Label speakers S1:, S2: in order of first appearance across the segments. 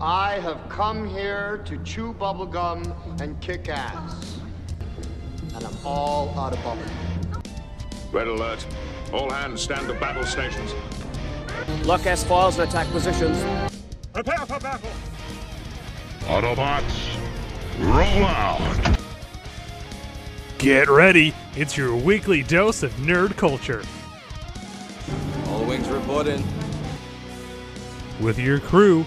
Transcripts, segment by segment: S1: I have come here to chew bubblegum and kick ass. And I'm all out of bubblegum.
S2: Red alert. All hands stand to battle stations.
S3: Lock S files and attack positions.
S2: Prepare for battle.
S4: Autobots, roll out!
S5: Get ready. It's your weekly dose of nerd culture
S6: All wings reporting.
S5: with your crew,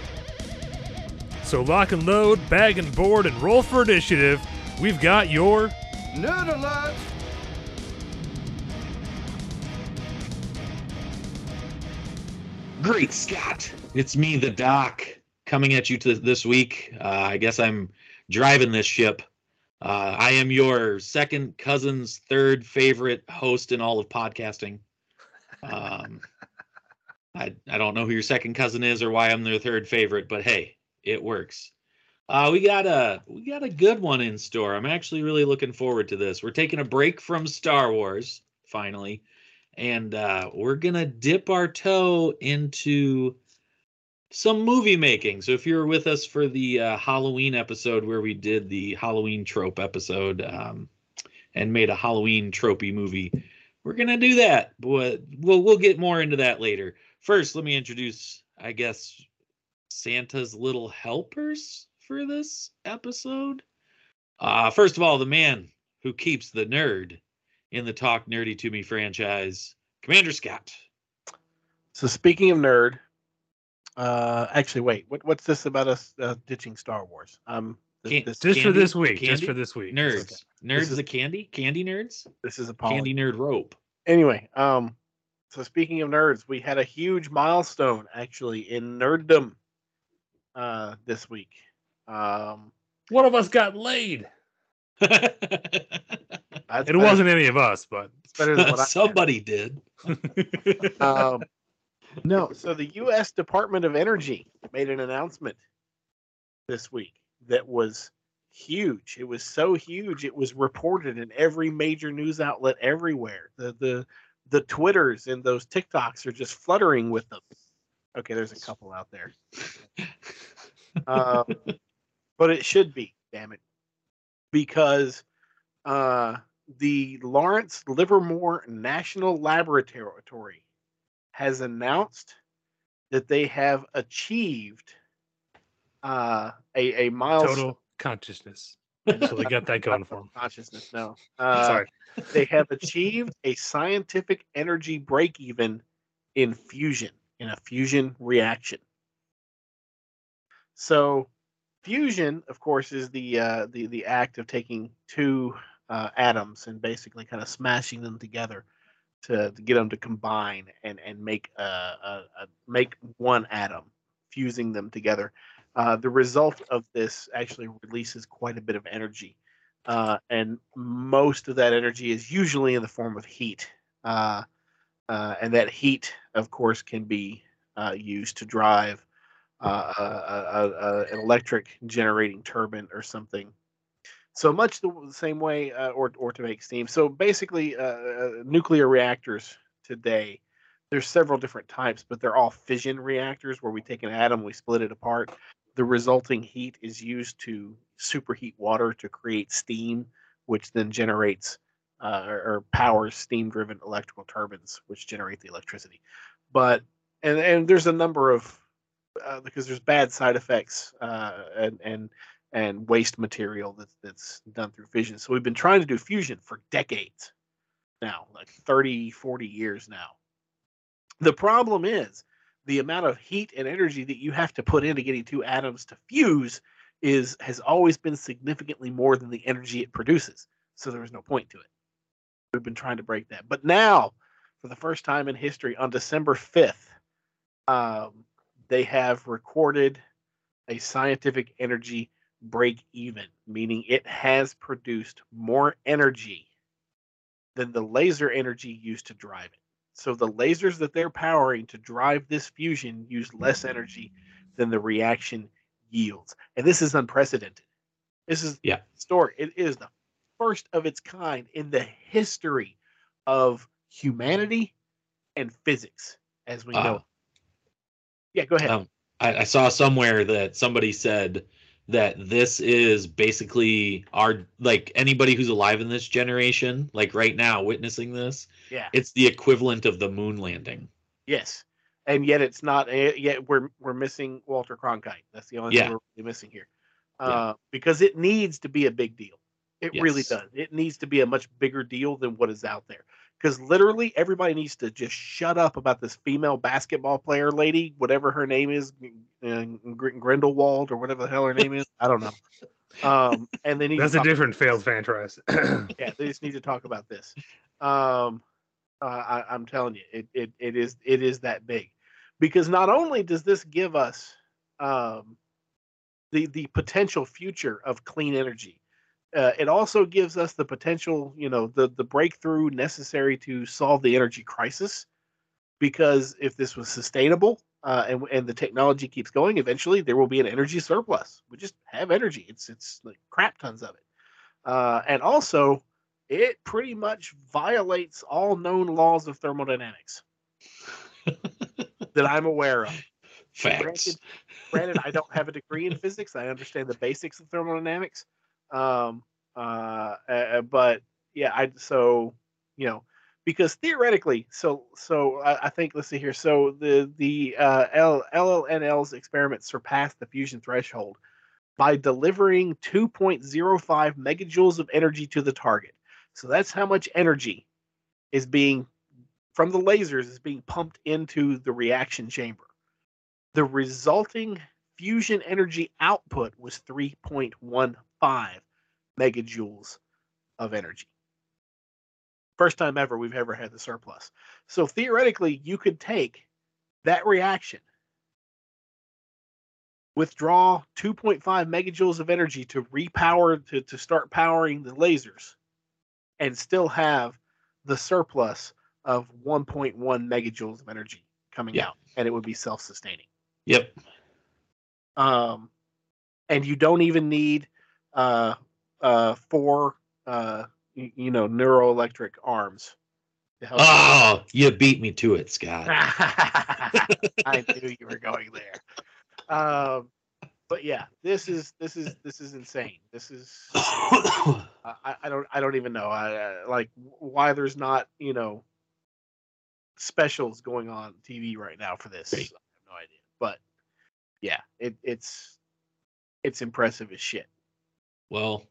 S5: So lock and load, bag and board, and roll for initiative. We've got your
S1: Nerd alert!
S7: Great Scott! It's me, the Doc, coming at you to this week. Uh, I guess I'm driving this ship. Uh, I am your second cousin's third favorite host in all of podcasting. Um, I I don't know who your second cousin is or why I'm their third favorite, but hey, it works. Uh, we got a we got a good one in store. I'm actually really looking forward to this. We're taking a break from Star Wars finally and uh, we're gonna dip our toe into some movie making. So if you were with us for the uh, Halloween episode where we did the Halloween trope episode um, and made a Halloween tropey movie, we're gonna do that. But we'll we'll get more into that later. First, let me introduce, I guess, Santa's little helpers for this episode. Uh, first of all, the man who keeps the nerd in the Talk Nerdy to Me franchise, Commander Scott.
S8: So speaking of nerd, uh, actually, wait, what, what's this about us uh, ditching Star Wars? Um, this,
S7: Can't-
S8: this,
S5: just for
S7: Candy?
S5: this week. Just
S7: Candy?
S5: for this week.
S7: Nerds.
S8: okay.
S7: Nerds
S8: is-
S7: the candy? Candy nerds?
S8: this is Apollo.
S7: Candy nerd rope.
S8: Anyway, um, so speaking of nerds, we had a huge milestone actually in nerddom uh, this week. Um,
S5: One of us got laid.
S8: that's
S5: It
S8: better-
S5: wasn't any of us, but
S8: that's better than what I said.
S7: Somebody did.
S8: um, no, so the U.S. Department of Energy made an announcement this week that was huge. It was so huge, it was reported in every major news outlet everywhere. The the the Twitters and those TikToks are just fluttering with them. Okay, there's a couple out there, um, but it should be. Damn it, because uh, the Lawrence Livermore National Laboratory has announced that they have achieved uh, a a milestone.
S5: total consciousness. So they got that going for them.
S8: consciousness. No, uh,
S5: Sorry.
S8: they have achieved a scientific energy break even in fusion in a fusion reaction so fusion of course is the uh, the the act of taking two uh, atoms and basically kind of smashing them together to, to get them to combine and and make uh, a, a make one atom fusing them together uh, the result of this actually releases quite a bit of energy uh, and most of that energy is usually in the form of heat. Uh, uh, and that heat, of course, can be uh, used to drive uh, a, a, a- an electric generating turbine or something. So much the w- same way, uh, or or to make steam. So basically, uh, uh, nuclear reactors today. There's several different types, but they're all fission reactors where we take an atom, we split it apart, the resulting heat is used to superheat water to create steam, which then generates uh, or, or powers steam-driven electrical turbines, which generate the electricity. But and and there's a number of uh, because there's bad side effects uh, and and and waste material that's that's done through fission. So we've been trying to do fusion for decades now, like 30, 40 years now. The problem is the amount of heat and energy that you have to put into getting two atoms to fuse is has always been significantly more than the energy it produces. So there was no point to it. We've been trying to break that, but now, for the first time in history, on December fifth, um, they have recorded a scientific energy break even, meaning it has produced more energy than the laser energy used to drive it. So the lasers that they're powering to drive this fusion use less energy than the reaction yields. And this is unprecedented. This is
S7: Yeah.
S8: story. It is the first of its kind in the history of humanity and physics as we know.
S7: Wow.
S8: it. Yeah, go ahead.
S7: Um, I, I saw somewhere that somebody said that this is basically our like anybody who's alive in this generation, like right now, witnessing this.
S8: Yeah.
S7: It's the equivalent of the moon landing.
S8: Yes, and yet it's not. eh, Yet we're we're missing Walter Cronkite. That's the only
S7: Yeah.
S8: thing we're really missing here,
S7: Yeah.
S8: uh, because it needs to be a big deal. It really
S7: Yes.
S8: does. It needs to be a much bigger deal than what is out there. Because literally everybody needs to just shut up about this female basketball player lady, whatever her name is, uh, Gr- Grindelwald or whatever the hell her name is. I don't know. Um, and they need
S5: That's
S8: to
S5: a
S8: talk-
S5: different failed fan tries.
S8: yeah, they just need to talk about this. Um, uh, I, I'm telling you, it, it it is it is that big, because not only does this give us um, the the potential future of clean energy, uh, it also gives us the potential, you know, the the breakthrough necessary to solve the energy crisis. Because if this was sustainable uh, and and the technology keeps going, eventually there will be an energy surplus. We just have energy. It's it's like crap tons of it uh, and also it pretty much violates all known laws of thermodynamics that I'm aware of.
S7: Facts.
S8: Granted, I don't have a degree in physics. I understand the basics of thermodynamics, um, uh, uh, but yeah, I so you know because theoretically, so so I, I think let's see here. So the the uh, L, LLNL's experiment surpassed the fusion threshold by delivering 2.05 megajoules of energy to the target. So that's how much energy is being from the lasers is being pumped into the reaction chamber. The resulting fusion energy output was 3.15 megajoules of energy. First time ever we've ever had the surplus. So theoretically, you could take that reaction withdraw 2.5 megajoules of energy to repower to, to start powering the lasers and still have the surplus of 1.1 megajoules of energy coming
S7: Yeah.
S8: out and it would be self-sustaining
S7: Yep.
S8: um, and you don't even need uh, uh, four uh, y- you know neuroelectric arms to help you.
S7: Oh, you beat me to it, Scott.
S8: I knew you were going there. Um, but yeah, this is this is this is insane. This is I, I- I don't I don't even know I, uh, like why there's not you know specials going on, TV right now for this.
S7: Right.
S8: I have no idea, but yeah, it, it's it's impressive as shit.
S7: well,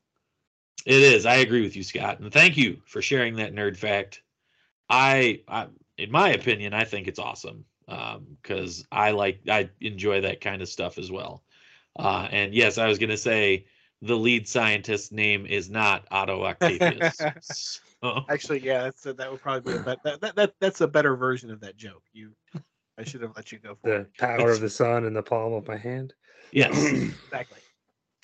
S7: it is. I agree with you, Scott, and thank you for sharing that nerd fact. I, I in my opinion, I think it's awesome because I like I enjoy that kind of stuff as well. Uh, and yes, I was gonna say the lead scientist's name is not Otto Octavius. So-
S8: Actually, yeah, that's that would probably be a bet, that, that, that that's a better version of that joke. You, I should have let you go for
S5: the
S8: it.
S5: power of the sun in the palm of my hand.
S7: yes.
S8: Exactly.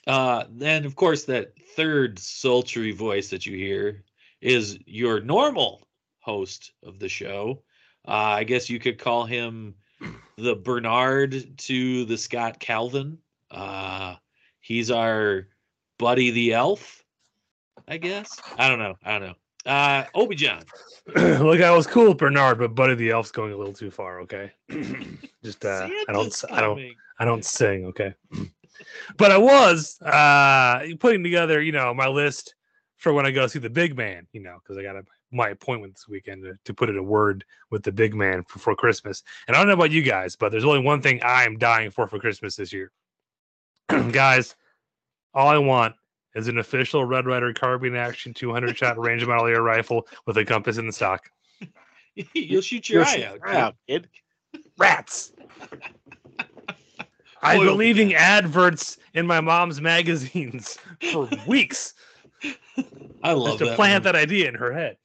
S7: Uh, then, of course, that third sultry voice that you hear is your normal host of the show. Uh, I guess you could call him the Bernard to the Scott Calvin. Uh, he's our buddy the elf, I guess. I don't know. I don't know. Uh, Obi John.
S5: Look, I was cool with Bernard, but Buddy the Elf's going a little too far. Okay, just uh, I don't, s- I don't, I don't sing. Okay, but I was uh putting together, you know, my list for when I go see the big man. You know, because I got a, my appointment this weekend to, to put in a word with the big man for, for Christmas. And I don't know about you guys, but there's only one thing I am dying for for Christmas this year, guys. All I want is an official Red Rider carbine action 200 shot range model air rifle with a compass in the stock.
S7: You'll shoot your
S8: You'll
S7: eye
S8: shoot
S7: out.
S8: your eye out, kid.
S5: rats. I've
S7: Oil
S5: been leaving adverts in my mom's magazines for weeks
S7: I love
S5: just to
S7: that.
S5: plant that idea in her head.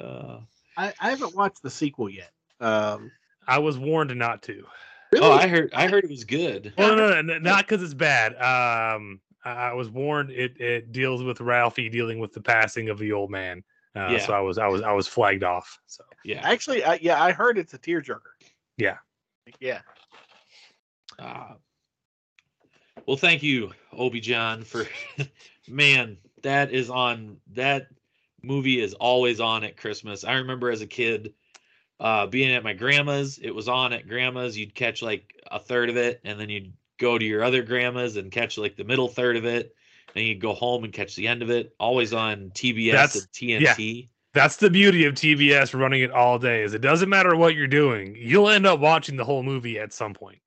S7: that. Uh,
S8: I, I haven't watched the sequel yet. Um,
S5: I was warned not to.
S7: Oh, I heard. I heard it was good.
S5: Well, no, no, no not because it's bad. Um, I, I was warned. It it deals with Ralphie dealing with the passing of the old man. Uh,
S7: Yeah.
S5: So I was I was I was flagged off. So
S7: Yeah.
S8: Actually, I, yeah, I heard it's a tearjerker.
S5: Yeah.
S8: Yeah.
S7: Uh, well, thank you, Obi John, for man. That is on. That movie is always on at Christmas. I remember as a kid uh, being at my grandma's. It was on at grandma's. You'd catch like a third of it, and then you'd go to your other grandma's and catch like the middle third of it, and you'd go home and catch the end of it. Always on TBS
S5: That's-
S7: and TNT.
S5: that's the beauty of TBS running it all day. Is it doesn't matter what you're doing, you'll end up watching the whole movie at some point.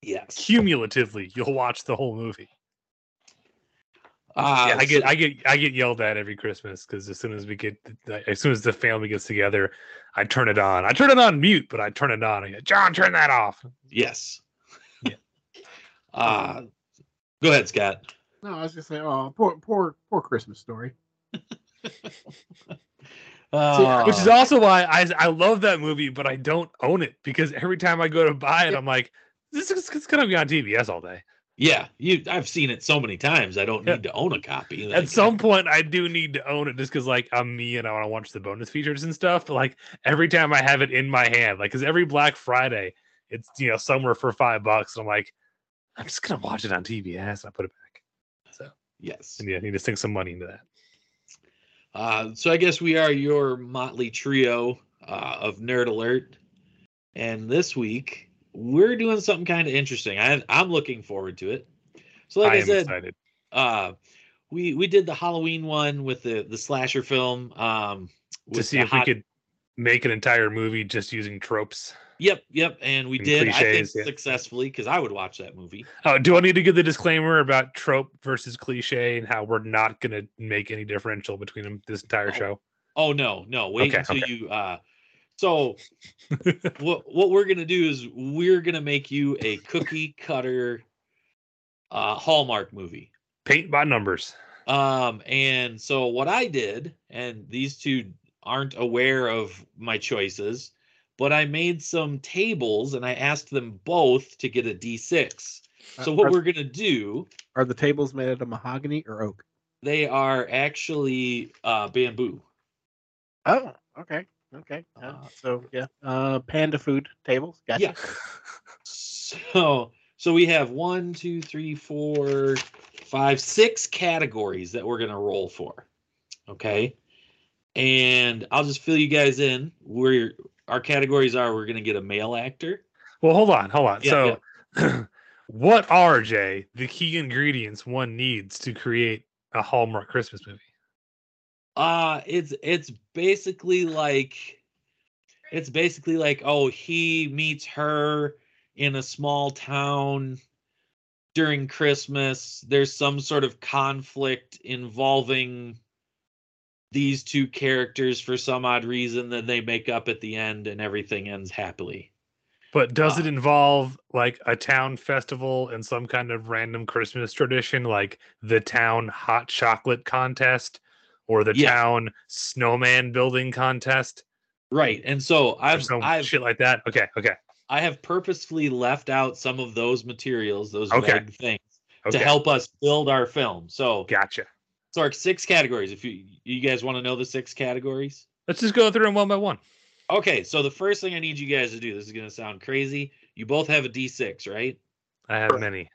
S7: Yes.
S5: Cumulatively, you'll watch the whole movie.
S7: Uh,
S5: yeah, I
S7: so-
S5: get I get I get yelled at every Christmas because as soon as we get as soon as the family gets together, I turn it on. I turn it on mute, but I turn it on. I go, John, turn that off.
S7: Yes. uh, go ahead, Scott.
S8: Um, No, I was just saying, oh, poor, poor, poor Christmas story.
S7: Uh,
S5: Which is also why I I love that movie, but I don't own it because every time I go to buy it, I'm like, this is it's gonna be on TBS all day.
S7: yeah, you. I've seen it so many times. I don't
S5: Yeah.
S7: need to own a copy.
S5: At
S7: Like,
S5: some point, I do need to own it just because like I'm me and I want to watch the bonus features and stuff. But like every time I have it in my hand, like because every Black Friday, it's you know somewhere for five bucks, and I'm like, I'm just gonna watch it on TBS. And I put it back.
S7: yes.
S5: And yeah, I need to sink some money into that.
S7: Uh, so I guess we are your motley trio uh, of Nerd Alert, and this week we're doing something kind of interesting. I, I'm looking forward to it. So, like
S5: I
S7: I,
S5: am
S7: said,
S5: excited.
S7: uh, we we did the Halloween one with the the slasher film. Um,
S5: to
S7: with
S5: see
S7: the
S5: if
S7: hot-
S5: we could make an entire movie just using tropes.
S7: Yep, yep, and we
S5: And
S7: did. I
S5: cliches,
S7: think
S5: yeah.
S7: successfully because I would watch that movie.
S5: Oh, do I need to give the disclaimer about trope versus cliche and how we're not going to make any differential between them this entire
S7: Oh.
S5: show?
S7: Oh no, no, wait
S5: Okay,
S7: until you. Uh, so what what we're gonna do is we're gonna make you a cookie cutter uh, Hallmark movie.
S5: Paint by numbers.
S7: Um, and so what I did, and these two aren't aware of my choices, but I made some tables and I asked them both to get a D6. So what
S8: are,
S7: we're gonna do
S8: are the tables made out of mahogany or oak?
S7: They are actually uh, bamboo.
S8: Oh, okay, okay. yeah,
S7: Uh,
S8: so yeah, uh, panda food tables. Gotcha.
S7: Yeah. So so we have one, two, three, four, five, six categories that we're gonna roll for. Okay. And I'll just fill you guys in. We're our categories are we're gonna get a male actor.
S5: Well, hold on, hold on.
S7: Yeah,
S5: so, what are Jay the key ingredients one needs to create a Hallmark Christmas movie?
S7: Uh it's it's basically like it's basically like oh he meets her in a small town during Christmas. There's some sort of conflict involving these two characters for some odd reason then they make up at the end and everything ends happily.
S5: But does it
S7: Uh,
S5: involve like a town festival and some kind of random Christmas tradition, like the town hot chocolate contest or the
S7: Yeah.
S5: town snowman building contest
S7: Right. And so
S5: or
S7: I've
S5: some
S7: I've
S5: shit like that? Okay, okay,
S7: I have purposefully left out some of those materials, those
S5: Okay.
S7: vague things
S5: okay.
S7: to help us build our film. So
S5: Gotcha.
S7: So our six categories. If you you guys want to know the six categories.
S5: Let's just go through them one by one.
S7: Okay, so the first thing I need you guys to do, this is gonna sound crazy. You both have a D6, right?
S5: I have many.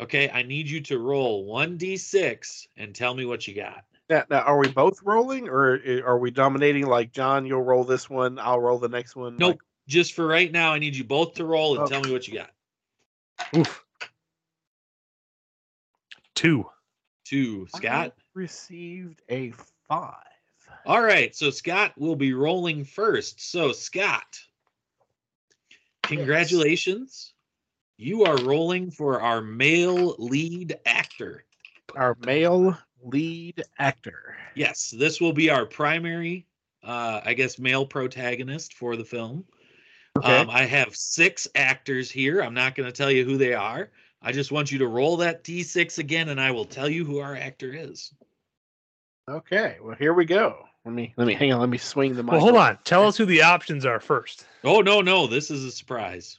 S7: Okay, I need you to roll one D6 and tell me what you got.
S8: Now, now, are we both rolling, or i- are we dominating? Like John, you'll roll this one, I'll roll the next one.
S7: Nope.
S8: like-
S7: Just for right now, I need you both to roll and
S8: Okay.
S7: tell me what you got.
S5: Oof. Two.
S7: Two, Scott.
S8: I received a five.
S7: All right, so Scott will be rolling first. So Scott, congratulations. You are rolling for our male lead actor.
S8: Our male lead actor.
S7: Yes, this will be our primary, uh, I guess, male protagonist for the film.
S8: Okay.
S7: Um, I have six actors here. I'm not going to tell you who they are. I just want you to roll that d6 again, and I will tell you who our actor is.
S8: Okay. Well, here we go. Let me let me hang on. Let me swing the mic.
S5: Well, hold on. Tell us who the options are first.
S7: Oh no, no, this is a surprise.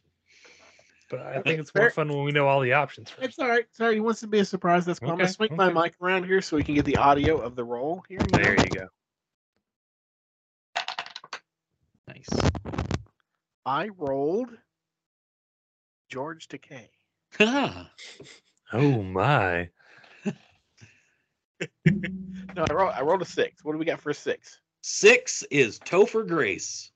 S5: But I
S8: Okay,
S5: think it's more
S8: fair-
S5: fun when we know all the options first.
S8: It's all right. Sorry, he wants to be a surprise. That's why I'm gonna
S5: Okay,
S8: swing my
S5: okay.
S8: mic around here so we can get the audio of the roll here. you know?
S7: There you go. Nice.
S8: I rolled George Takei.
S7: Ah,
S5: Oh my!
S8: No, I rolled. I rolled a six. What do we got for a six?
S7: Six is Topher Grace.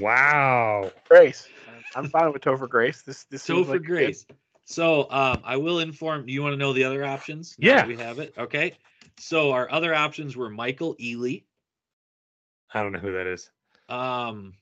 S5: Wow.
S8: Grace. I'm fine with Topher Grace. This this seems
S7: Topher
S8: like a good-
S7: Grace. So um, I will inform. You want to know the other options? Now
S5: Yeah.
S7: that we have it. Okay. So our other options were Michael Ealy.
S5: I don't know who that is.
S7: um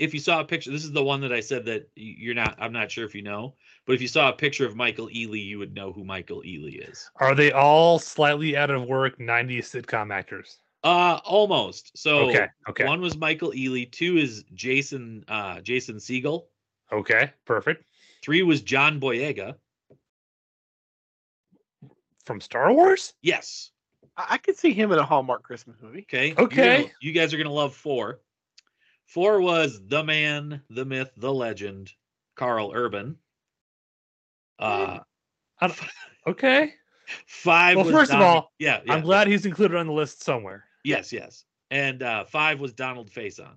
S7: if you saw a picture this is the one that i said that y- you're not i'm not sure if you know but if you saw a picture of michael ealy you would know who michael ealy is
S5: Are they all slightly out of work '90s sitcom actors?
S7: uh almost so
S5: okay. Okay.
S7: one was michael ealy two is jason uh jason siegel
S5: Okay. Perfect.
S7: three was john boyega
S5: From Star Wars.
S7: yes
S8: I, I could see him in a Hallmark Christmas movie.
S7: okay You're
S5: Okay.
S7: gonna- you guys are gonna love four four was the man the myth the legend carl urban uh
S5: I don't- okay.
S7: five
S5: Well,
S7: was
S5: first of
S7: Dominic-
S5: all,
S7: yeah, yeah
S5: I'm glad he's included on the list somewhere.
S7: Yes, yes. And uh five was Donald Faison.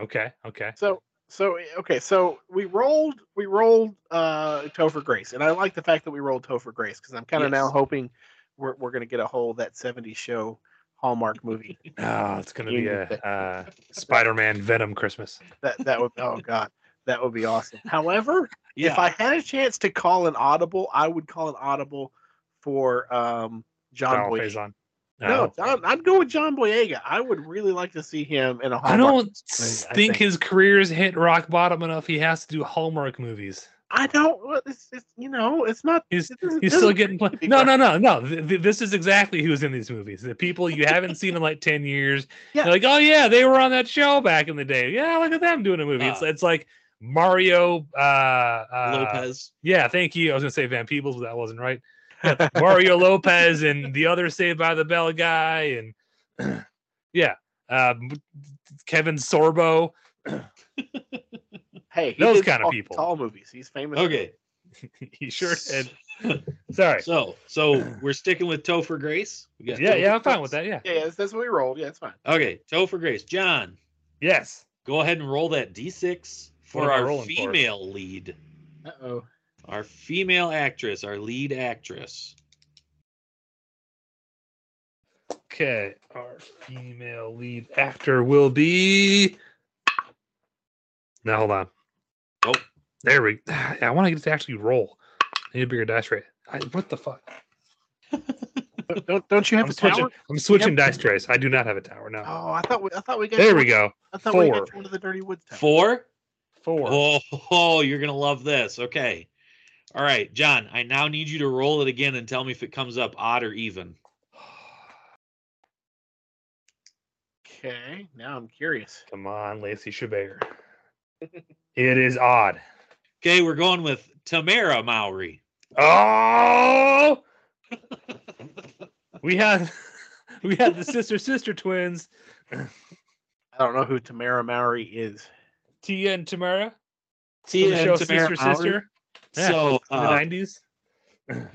S5: Okay. Okay.
S8: So so okay, so we rolled we rolled uh Topher Grace, and I like the fact that we rolled Topher Grace because I'm kind of now
S7: Yes.
S8: hoping we're we're gonna get a whole that '70s show Hallmark movie.
S5: Oh, it's gonna be
S8: You-
S5: a uh, Spider-Man Venom Christmas.
S8: that that would oh god, that would be awesome. However,
S7: Yeah.
S8: if I had a chance to call an audible, I would call an audible for um John
S5: Donald
S8: Boyega.
S5: Faison. Uh,
S8: No,
S5: Oh.
S8: John, I'd go with John Boyega. I would really like to see him in a
S5: I
S8: Hallmark.
S5: don't
S8: movie, I
S5: think, his career's hit rock bottom enough. He has to do Hallmark movies.
S8: I don't. well, It's, it's you know, it's not.
S5: He's
S8: it doesn't-
S5: he's
S8: doesn't
S5: still getting. Play-
S8: need to be
S5: no,
S8: rock-
S5: no, no, no. Th- th- this is exactly who's in these movies. The people you haven't seen in like ten years.
S8: Yeah.
S5: They're like, oh yeah, they were on that show back in the day. Yeah, look at them doing a movie. it's
S7: Ah.
S5: it's like Mario uh, uh,
S7: Lopez.
S5: Yeah, thank you. I was gonna say Van Peebles, but that wasn't right. Yeah, Mario Lopez and the other Saved by the Bell guy, and yeah, uh, Kevin Sorbo.
S8: Hey,
S5: Those
S8: did
S5: kinda
S8: all-
S5: people.
S8: All movies. He's famous.
S7: Okay.
S5: he sure did. Sorry.
S7: So so we're sticking with Topher Grace. We got
S5: yeah,
S7: Topher
S5: yeah, I'm fine
S7: Grace.
S5: with that. Yeah.
S8: Yeah, yeah, that's, that's what we rolled. Yeah, it's fine.
S7: Okay, Topher Grace. John,
S5: Yes.
S7: go ahead and roll that D6
S5: What
S7: for
S5: am I
S7: our
S5: rolling for?
S7: female lead.
S8: Uh oh.
S7: Our female actress, our lead actress.
S5: Okay. Our female lead actor will be. Now hold on.
S7: Oh.
S5: There we. I want to get it to actually roll. I need a bigger dice tray. I, what the fuck?
S8: Don't don't you have
S5: I'm
S8: a
S5: switching.
S8: tower?
S5: I'm switching dice trays. I do not have a tower now.
S8: Oh, I thought we I thought we got
S5: There
S8: you
S5: we
S8: one-
S5: go.
S8: I thought we got
S5: Four.
S8: you one of the Dirty Woods. towers.
S7: Four?
S5: Four.
S7: Oh, oh, you're gonna love this. Okay. All right, John, I now need you to roll it again and tell me if it comes up odd or even.
S8: Okay, now I'm curious.
S5: Come on, Lacey Chabert. it is odd.
S7: Okay, we're going with Tamara Mowry.
S5: Oh. we had we had the sister sister twins,
S8: I don't know who Tamara Mowry is.
S5: Tia and Tamara.
S7: Tia
S5: from the
S7: and
S5: show
S7: Tamara
S5: Sister
S7: Mowry.
S5: Sister Yeah,
S7: So
S5: in
S7: uh,
S5: the nineties.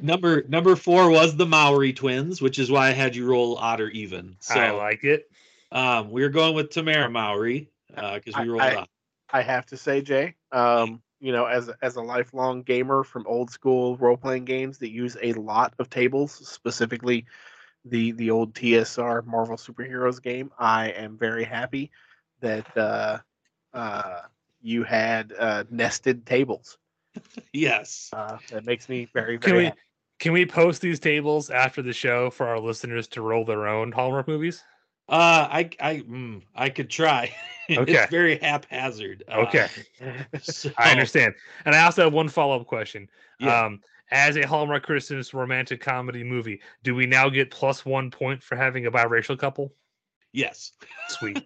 S7: number number four was the Maori twins, which is why I had you roll odd or even.
S5: I
S7: So
S5: like it.
S7: um, we're going with Tamara Maori because
S8: I-
S7: we rolled
S8: I-
S7: odd.
S8: I have to say, Jay, um, you know, as as a lifelong gamer from old school role playing games that use a lot of tables, specifically the the old TSR Marvel Superheroes game, I am very happy that uh, uh, you had uh, nested tables.
S7: Yes.
S8: Uh, that makes me very
S5: Can
S8: very.
S5: we
S8: happy.
S5: can we post these tables after the show for our listeners to roll their own Hallmark movies?
S7: Uh, I I mm, I could try.
S5: Okay.
S7: it's very haphazard. Uh,
S5: Okay,
S7: so-
S5: I understand. And I also have one follow up question.
S7: Oh. Yeah.
S5: Um, as a Hallmark Christmas romantic comedy movie, do we now get plus one point for having a biracial couple?
S7: Yes.
S5: Sweet.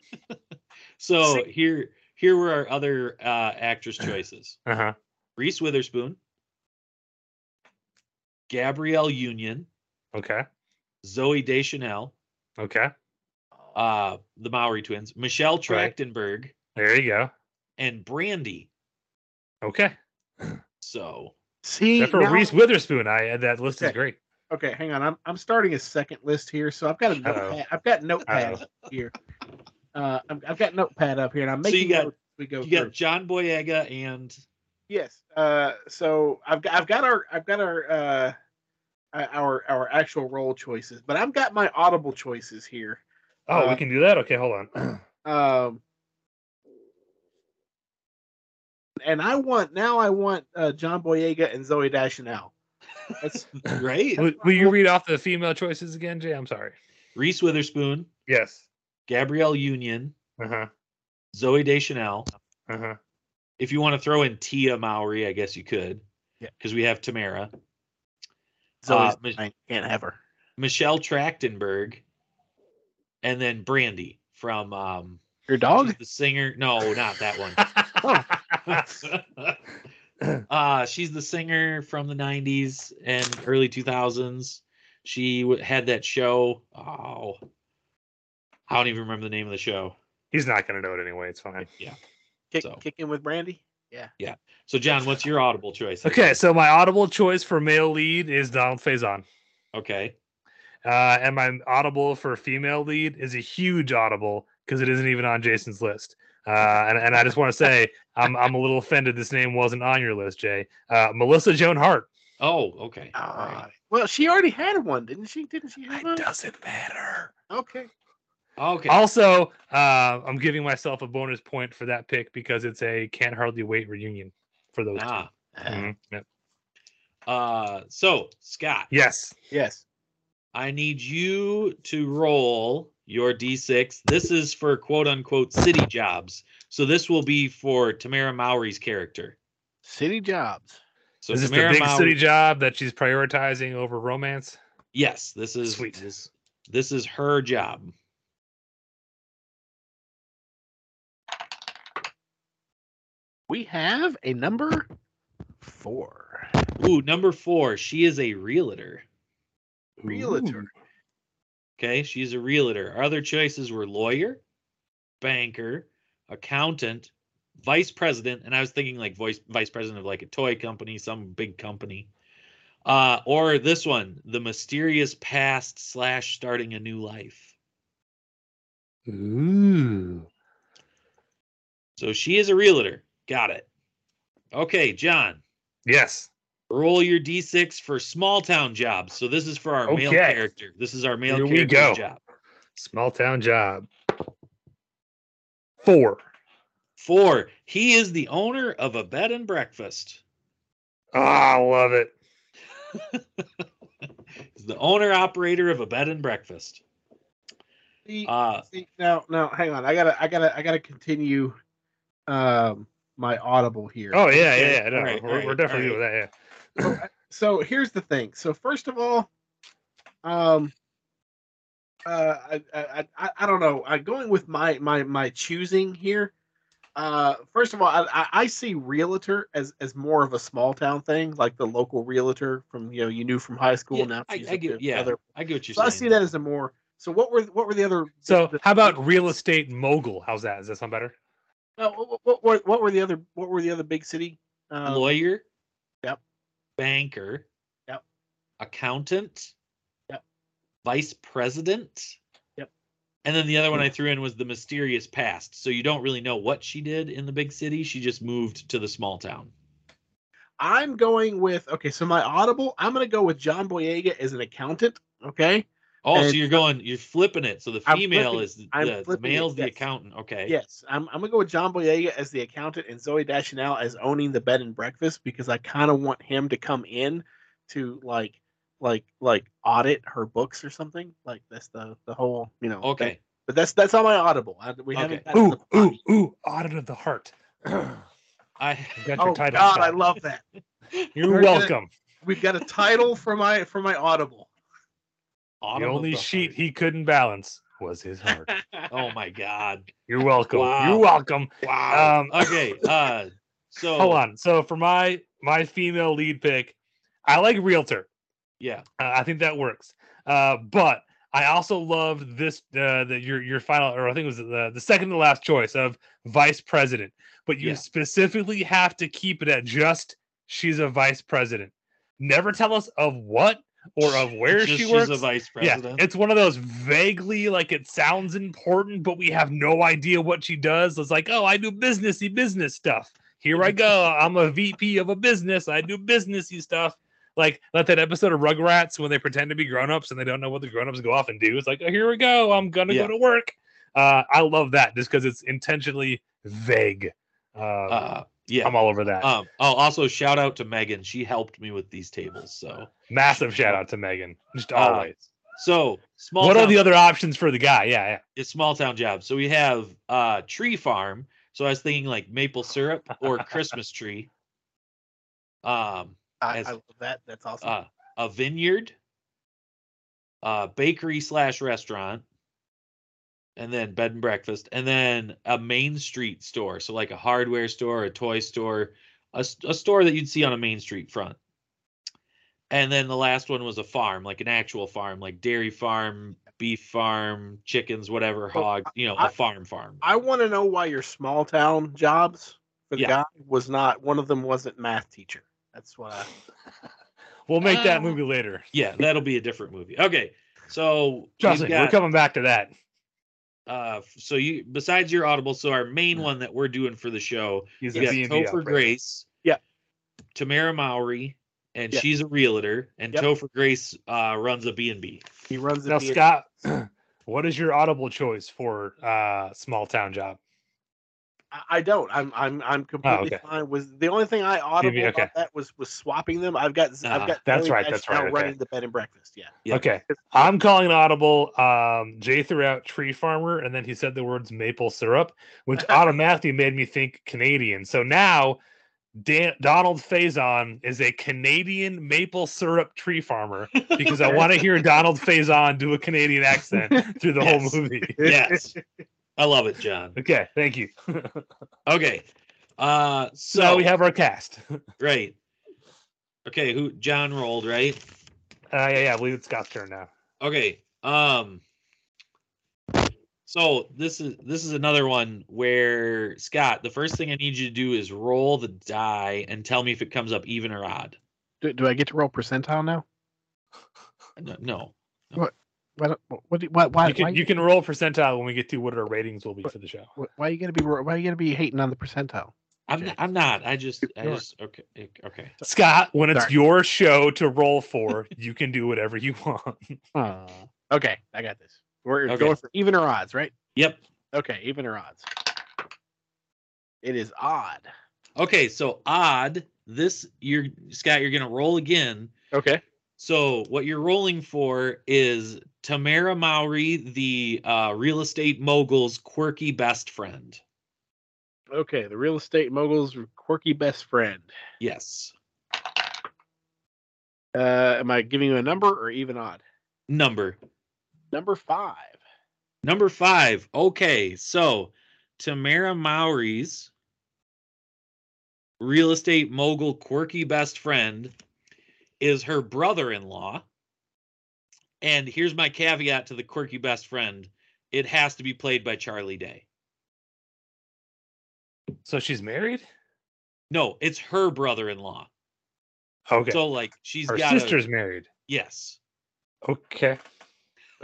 S7: So
S5: Sick.
S7: here here were our other uh, actress choices:
S5: Uh huh.
S7: Reese Witherspoon, Gabrielle Union,
S5: Okay.
S7: Zoe Deschanel,
S5: Okay.
S7: uh, the Maori twins, Michelle
S5: Right.
S7: Trachtenberg,
S5: There you go.
S7: and Brandy.
S5: Okay.
S7: So
S8: See,
S5: Except for
S8: now-
S5: Reese Witherspoon, I that list is
S8: Okay.
S5: great.
S8: okay, hang on. I'm I'm starting a second list here, so I've got a notepad. I've got notepad here. Uh, I've, I've got notepad up here, and I'm
S7: So you
S8: making
S7: got-
S8: notes as we go
S7: you
S8: through.
S7: got John Boyega and
S8: Yes. Uh, so I've got I've got our I've got our uh, uh, our our actual role choices, but I've got my audible choices here.
S5: Oh,
S8: Uh,
S5: we can do that. Okay, hold on.
S8: Um, and I want now I want uh, John Boyega and Zoe Dashanel. That's
S7: right
S5: will, will you read off the female choices again, Jay? I'm sorry.
S7: Reese Witherspoon,
S5: Yes.
S7: Gabrielle Union,
S5: Uh huh.
S7: Zoe Deschanel.
S5: Uh huh.
S7: If you want to throw in Tia Mowry, I guess you could.
S8: Yeah.
S7: Because we have Tamara,
S8: Zoe's
S7: Uh, Mich-
S8: I can't have her.
S7: Michelle Trachtenberg, and then Brandy from um
S8: Your
S7: she's
S8: dog?
S7: the singer. No, not that
S5: Oh.
S7: one. uh she's the singer from the 90s and early 2000s. She w- had that show. Oh. I don't even remember the name of the show.
S5: He's not going to know it anyway. It's fine.
S8: Kick,
S7: so.
S8: Kicking with Brandy. Yeah.
S7: So John, what's your audible choice?
S5: Okay, so my audible choice for male lead is Donald Faison.
S7: Okay.
S5: Uh, and my audible for female lead is a huge audible because it isn't even on Jason's list. Uh, and, and I just want to say I'm I'm a little offended this name wasn't on your list, Jay. Uh, Melissa Joan Hart.
S7: Oh, okay. All
S8: Ah,
S7: right.
S8: Well, she already had one, didn't she? Didn't she have one?
S5: doesn't matter.
S8: Okay.
S7: Okay.
S5: Also, uh, I'm giving myself a bonus point for that pick because it's a can't hardly wait reunion for those. 2
S7: Ah.
S5: Mhm, yep.
S7: Uh, so Scott,
S5: Yes.
S8: Yes.
S7: I need you to roll your d6. This is for quote unquote city jobs. So this will be for Tamara Mowry's character.
S8: City jobs.
S7: So
S5: is this the
S7: Tamara
S5: big
S7: Mowry-
S5: city job that she's prioritizing over romance?
S7: Yes, this is
S5: Sweet.
S7: This, this is her job.
S8: We have a number four.
S7: Ooh, number four. She is a realtor.
S8: Realtor.
S7: Okay, she's a realtor. Our other choices were lawyer, banker, accountant, vice president, and I was thinking like vice vice president of like a toy company, some big company. Uh, or this one, the mysterious past slash starting a new life.
S5: Ooh.
S7: So she is a realtor. Got it. Okay, John,
S5: Yes.
S7: roll your d6 for small town jobs. So this is for our male
S5: Okay.
S7: character. This is our male
S5: Here we
S7: character's
S5: go.
S7: job.
S5: Small town job. Four.
S7: Four, he is the owner of a bed and breakfast.
S5: Ah, I love it.
S7: He's the owner operator of a bed and breakfast.
S8: See,
S7: Uh,
S8: see, now, now, hang on. I gotta, I gotta, I gotta continue um, my audible here.
S5: Oh yeah,
S7: Okay,
S5: yeah. yeah, No,
S7: alright,
S5: we're, we're
S7: alright,
S5: definitely good with that.
S8: so here's the thing. So first of all, um, uh, I, I, I, I don't know. I, going with my my my choosing here. Uh, first of all, I, I, I see realtor as as more of a small town thing, like the local realtor from you know you knew from high school.
S7: Yeah,
S8: now
S7: I-
S8: she's
S7: I
S8: at
S7: get-
S8: the
S7: yeah,
S8: other-
S7: I get what you're
S8: So I see
S7: saying.
S8: that as a more. So what were what were the other?
S5: Yeah. So
S8: the-
S5: how about real estate mogul? How's that? Does that sound better?
S8: uh, what, what, what what were the other what were the other big city? Uh,
S7: lawyer.
S8: Yep.
S7: Banker.
S8: Yep.
S7: Accountant.
S8: Yep.
S7: Vice president.
S8: Yep. Hmm.
S7: And then the other one I threw in was the mysterious past. So you don't really know what she did in the big city. She just moved to the small town.
S8: I'm going with okay. So my audible, I'm going to go with John Boyega as an accountant. Okay.
S7: Oh, so
S8: And-
S7: you're going, you're flipping it. So the
S8: I'm
S7: female
S8: flipping-
S7: is the,
S8: I'm
S7: the, the
S8: flipping it,
S7: male's the
S8: yes.
S7: accountant. Okay.
S8: Yes, I'm. I'm going to go with John Boyega as the accountant and Zoe Dashanel as owning the bed and breakfast because I kind of want him to come in to like, like, like audit her books or something. Like that's the the whole you know.
S7: Okay.
S8: thing. But that's that's on my audible. I, we
S7: Okay.
S8: haven't. gotten
S5: Ooh,
S8: to the
S5: ooh, ooh! Audit of the heart.
S7: I
S5: Got your
S8: Oh
S5: title.
S8: God,
S5: Scott.
S8: I love that.
S5: You're
S8: We're gonna-
S5: welcome.
S8: We've got a title for my for my audible.
S5: The
S7: Autumn of
S5: only
S7: the
S5: sheet
S7: heart.
S5: he couldn't balance was his heart.
S7: Oh my God.
S5: You're welcome.
S7: Wow.
S5: You're welcome.
S7: Wow.
S5: Um,
S7: okay. Uh, so
S8: Oh.
S5: Hold on. So for my my female lead pick, I like realtor.
S7: Yeah.
S5: Uh, I think that works. Uh, but I also loved this uh, the, your your final, or I think it was the, the second to last choice of vice president. But you
S7: Yeah.
S5: specifically have to keep it at just she's a vice president. Never tell us of what or of where
S7: Just
S5: she
S7: she's
S5: works.
S7: a vice
S5: yeah,
S7: president.
S5: it's one of those vaguely like it sounds important, but we have no idea what she does. It's like, oh, I do businessy business stuff. Here I go. I'm a VP of a business. I do businessy stuff. Like like that episode of Rugrats when they pretend to be grown-ups and they don't know what the grown-ups go off and do. It's like, oh, here we go. I'm gonna go
S7: Yeah.
S5: to work. Uh, I love that just because it's intentionally vague. Uh,
S7: uh, yeah.
S5: I'm all over that.
S7: Um, oh, also shout out to Megan. She helped me with these tables. So,
S5: Massive shout out to Megan. Just
S7: Uh,
S5: always.
S7: so small.
S5: what are
S7: town-
S5: the other options for the guy? Yeah, yeah.
S7: It's small town jobs. So we have uh, tree farm. So I was thinking like maple syrup or Christmas tree. Um,
S8: I,
S7: As-
S8: I love that. That's awesome.
S7: uh, a vineyard, uh, bakery slash restaurant, and then bed and breakfast, and then a main street store. So like a hardware store, a toy store, a, s- a store that you'd see on a main street front. And then the last one was a farm, like an actual farm, like dairy farm, beef farm, chickens, whatever,
S8: Oh,
S7: hogs, you know, a
S8: I-
S7: farm farm.
S8: I want to know why your small town jobs for the
S7: Yeah.
S8: guy was not one of them wasn't math teacher. That's what I
S5: We'll make that
S7: Uh,
S5: movie later.
S7: yeah, that'll be a different movie. Okay. So we've
S5: Trust me,
S7: got-
S5: we're coming back to that.
S7: uh f- so you besides your audible so our main one that we're doing for the show
S5: He's
S7: you got
S5: B&B
S7: topher
S5: operator.
S7: grace
S8: Yeah.
S7: tamara Mowry, and
S8: Yeah.
S7: she's a realtor and
S8: Yep.
S7: topher grace uh runs a b&b
S8: he runs.
S5: Now,
S8: it via-
S5: Scott, what is your audible choice for uh small town job?
S8: I- I don't. I'm I'm I'm completely
S5: Oh, okay.
S8: fine. Was the only thing I audible
S5: Maybe- okay.
S8: about that was was swapping them. I've got z-
S7: Ah,
S8: I've got
S5: that's
S8: Zoe
S5: right,
S8: Batch
S5: that's right,
S8: now
S5: okay.
S8: running the bed and breakfast. Yeah.
S7: Yeah.
S5: Okay. I'm calling an audible. Um Jay threw out tree farmer and then he said the words maple syrup, which automatically made me think Canadian. So now Dan- Donald Faison is a Canadian maple syrup tree farmer because I want to hear Donald Faison do a Canadian accent through the
S7: Yes.
S5: whole movie.
S7: yes i love it john
S5: Okay, thank you.
S7: okay uh
S5: So
S7: so
S5: now we have our cast. Uh,
S7: right okay who john rolled right
S5: Uh, yeah, yeah, I believe it's Scott's turn now.
S7: Okay. Um so this is this is another one where Scott, the first thing I need you to do is roll the die and tell me if it comes up even or odd.
S8: Do, do I get to roll percentile now?
S7: No. no.
S8: Why don't, what do- why why
S5: you can
S8: why,
S5: you can roll percentile when we get to what our ratings will be for the show.
S8: why are you gonna be ro- why are you gonna be hating on the percentile?
S7: I'm not, I'm not. I just I
S8: Sure.
S7: just okay. Okay.
S5: Scott, when it's
S8: Sorry.
S5: your show to roll for, you can do whatever you want.
S8: Oh. Okay, I got this. We're
S7: Okay.
S8: going for even or odds, right?
S7: Yep.
S8: Okay, even or odds. It is odd.
S7: Okay, so odd. This you're Scott, you're gonna roll again.
S8: Okay.
S7: So what you're rolling for is Tamara Mowry, the uh, real estate mogul's quirky best friend.
S8: Okay, the real estate mogul's quirky best friend.
S7: Yes.
S8: Uh, am I giving you a number or even odd?
S7: Number.
S8: Number five.
S7: Number five. Okay, so Tamara Mowry's real estate mogul quirky best friend is her brother-in-law. And here's my caveat to the quirky best friend. It has to be played by Charlie Day.
S5: So she's married?
S7: No, it's her brother-in-law.
S5: Okay.
S7: So like she's
S5: her
S7: got a-
S5: sister's married.
S7: yes.
S5: Okay.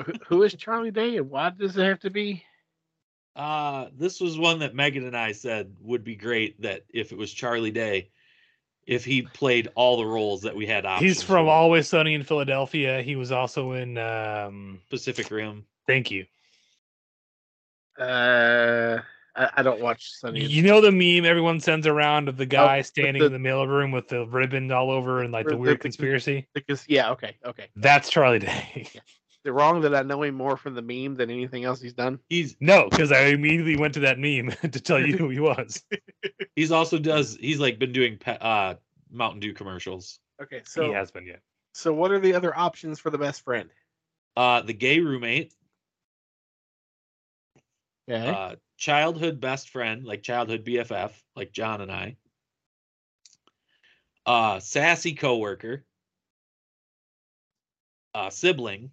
S8: Who, who is Charlie Day and why does it have to be?
S7: Uh this was one that Megan and I said would be great that if it was Charlie Day, if he played all the roles that we had options.
S5: He's from
S7: for.
S5: Always Sunny in Philadelphia. He was also in um
S7: Pacific Rim.
S5: Thank you.
S8: Uh, I, I don't watch Sunny.
S5: You know the meme everyone sends around
S7: Oh,
S5: of the guy standing
S8: the-
S5: in the mail room with the ribbon all over and like
S8: Or
S5: the
S8: the-
S5: weird
S8: the-
S5: conspiracy?
S8: because yeah, okay, okay.
S5: That's Charlie Day.
S8: They're wrong that I know him more from the meme than anything else he's done.
S7: He's
S5: no, because I immediately went to that meme to tell you who he was.
S7: he's also does he's like been doing pe- uh Mountain Dew commercials.
S8: Okay, so
S5: he has been yet.
S8: so what are the other options for the best friend?
S7: Uh the gay roommate,
S8: Okay.
S7: uh childhood best friend, like childhood BFF, like John and I. Uh sassy coworker. Uh sibling.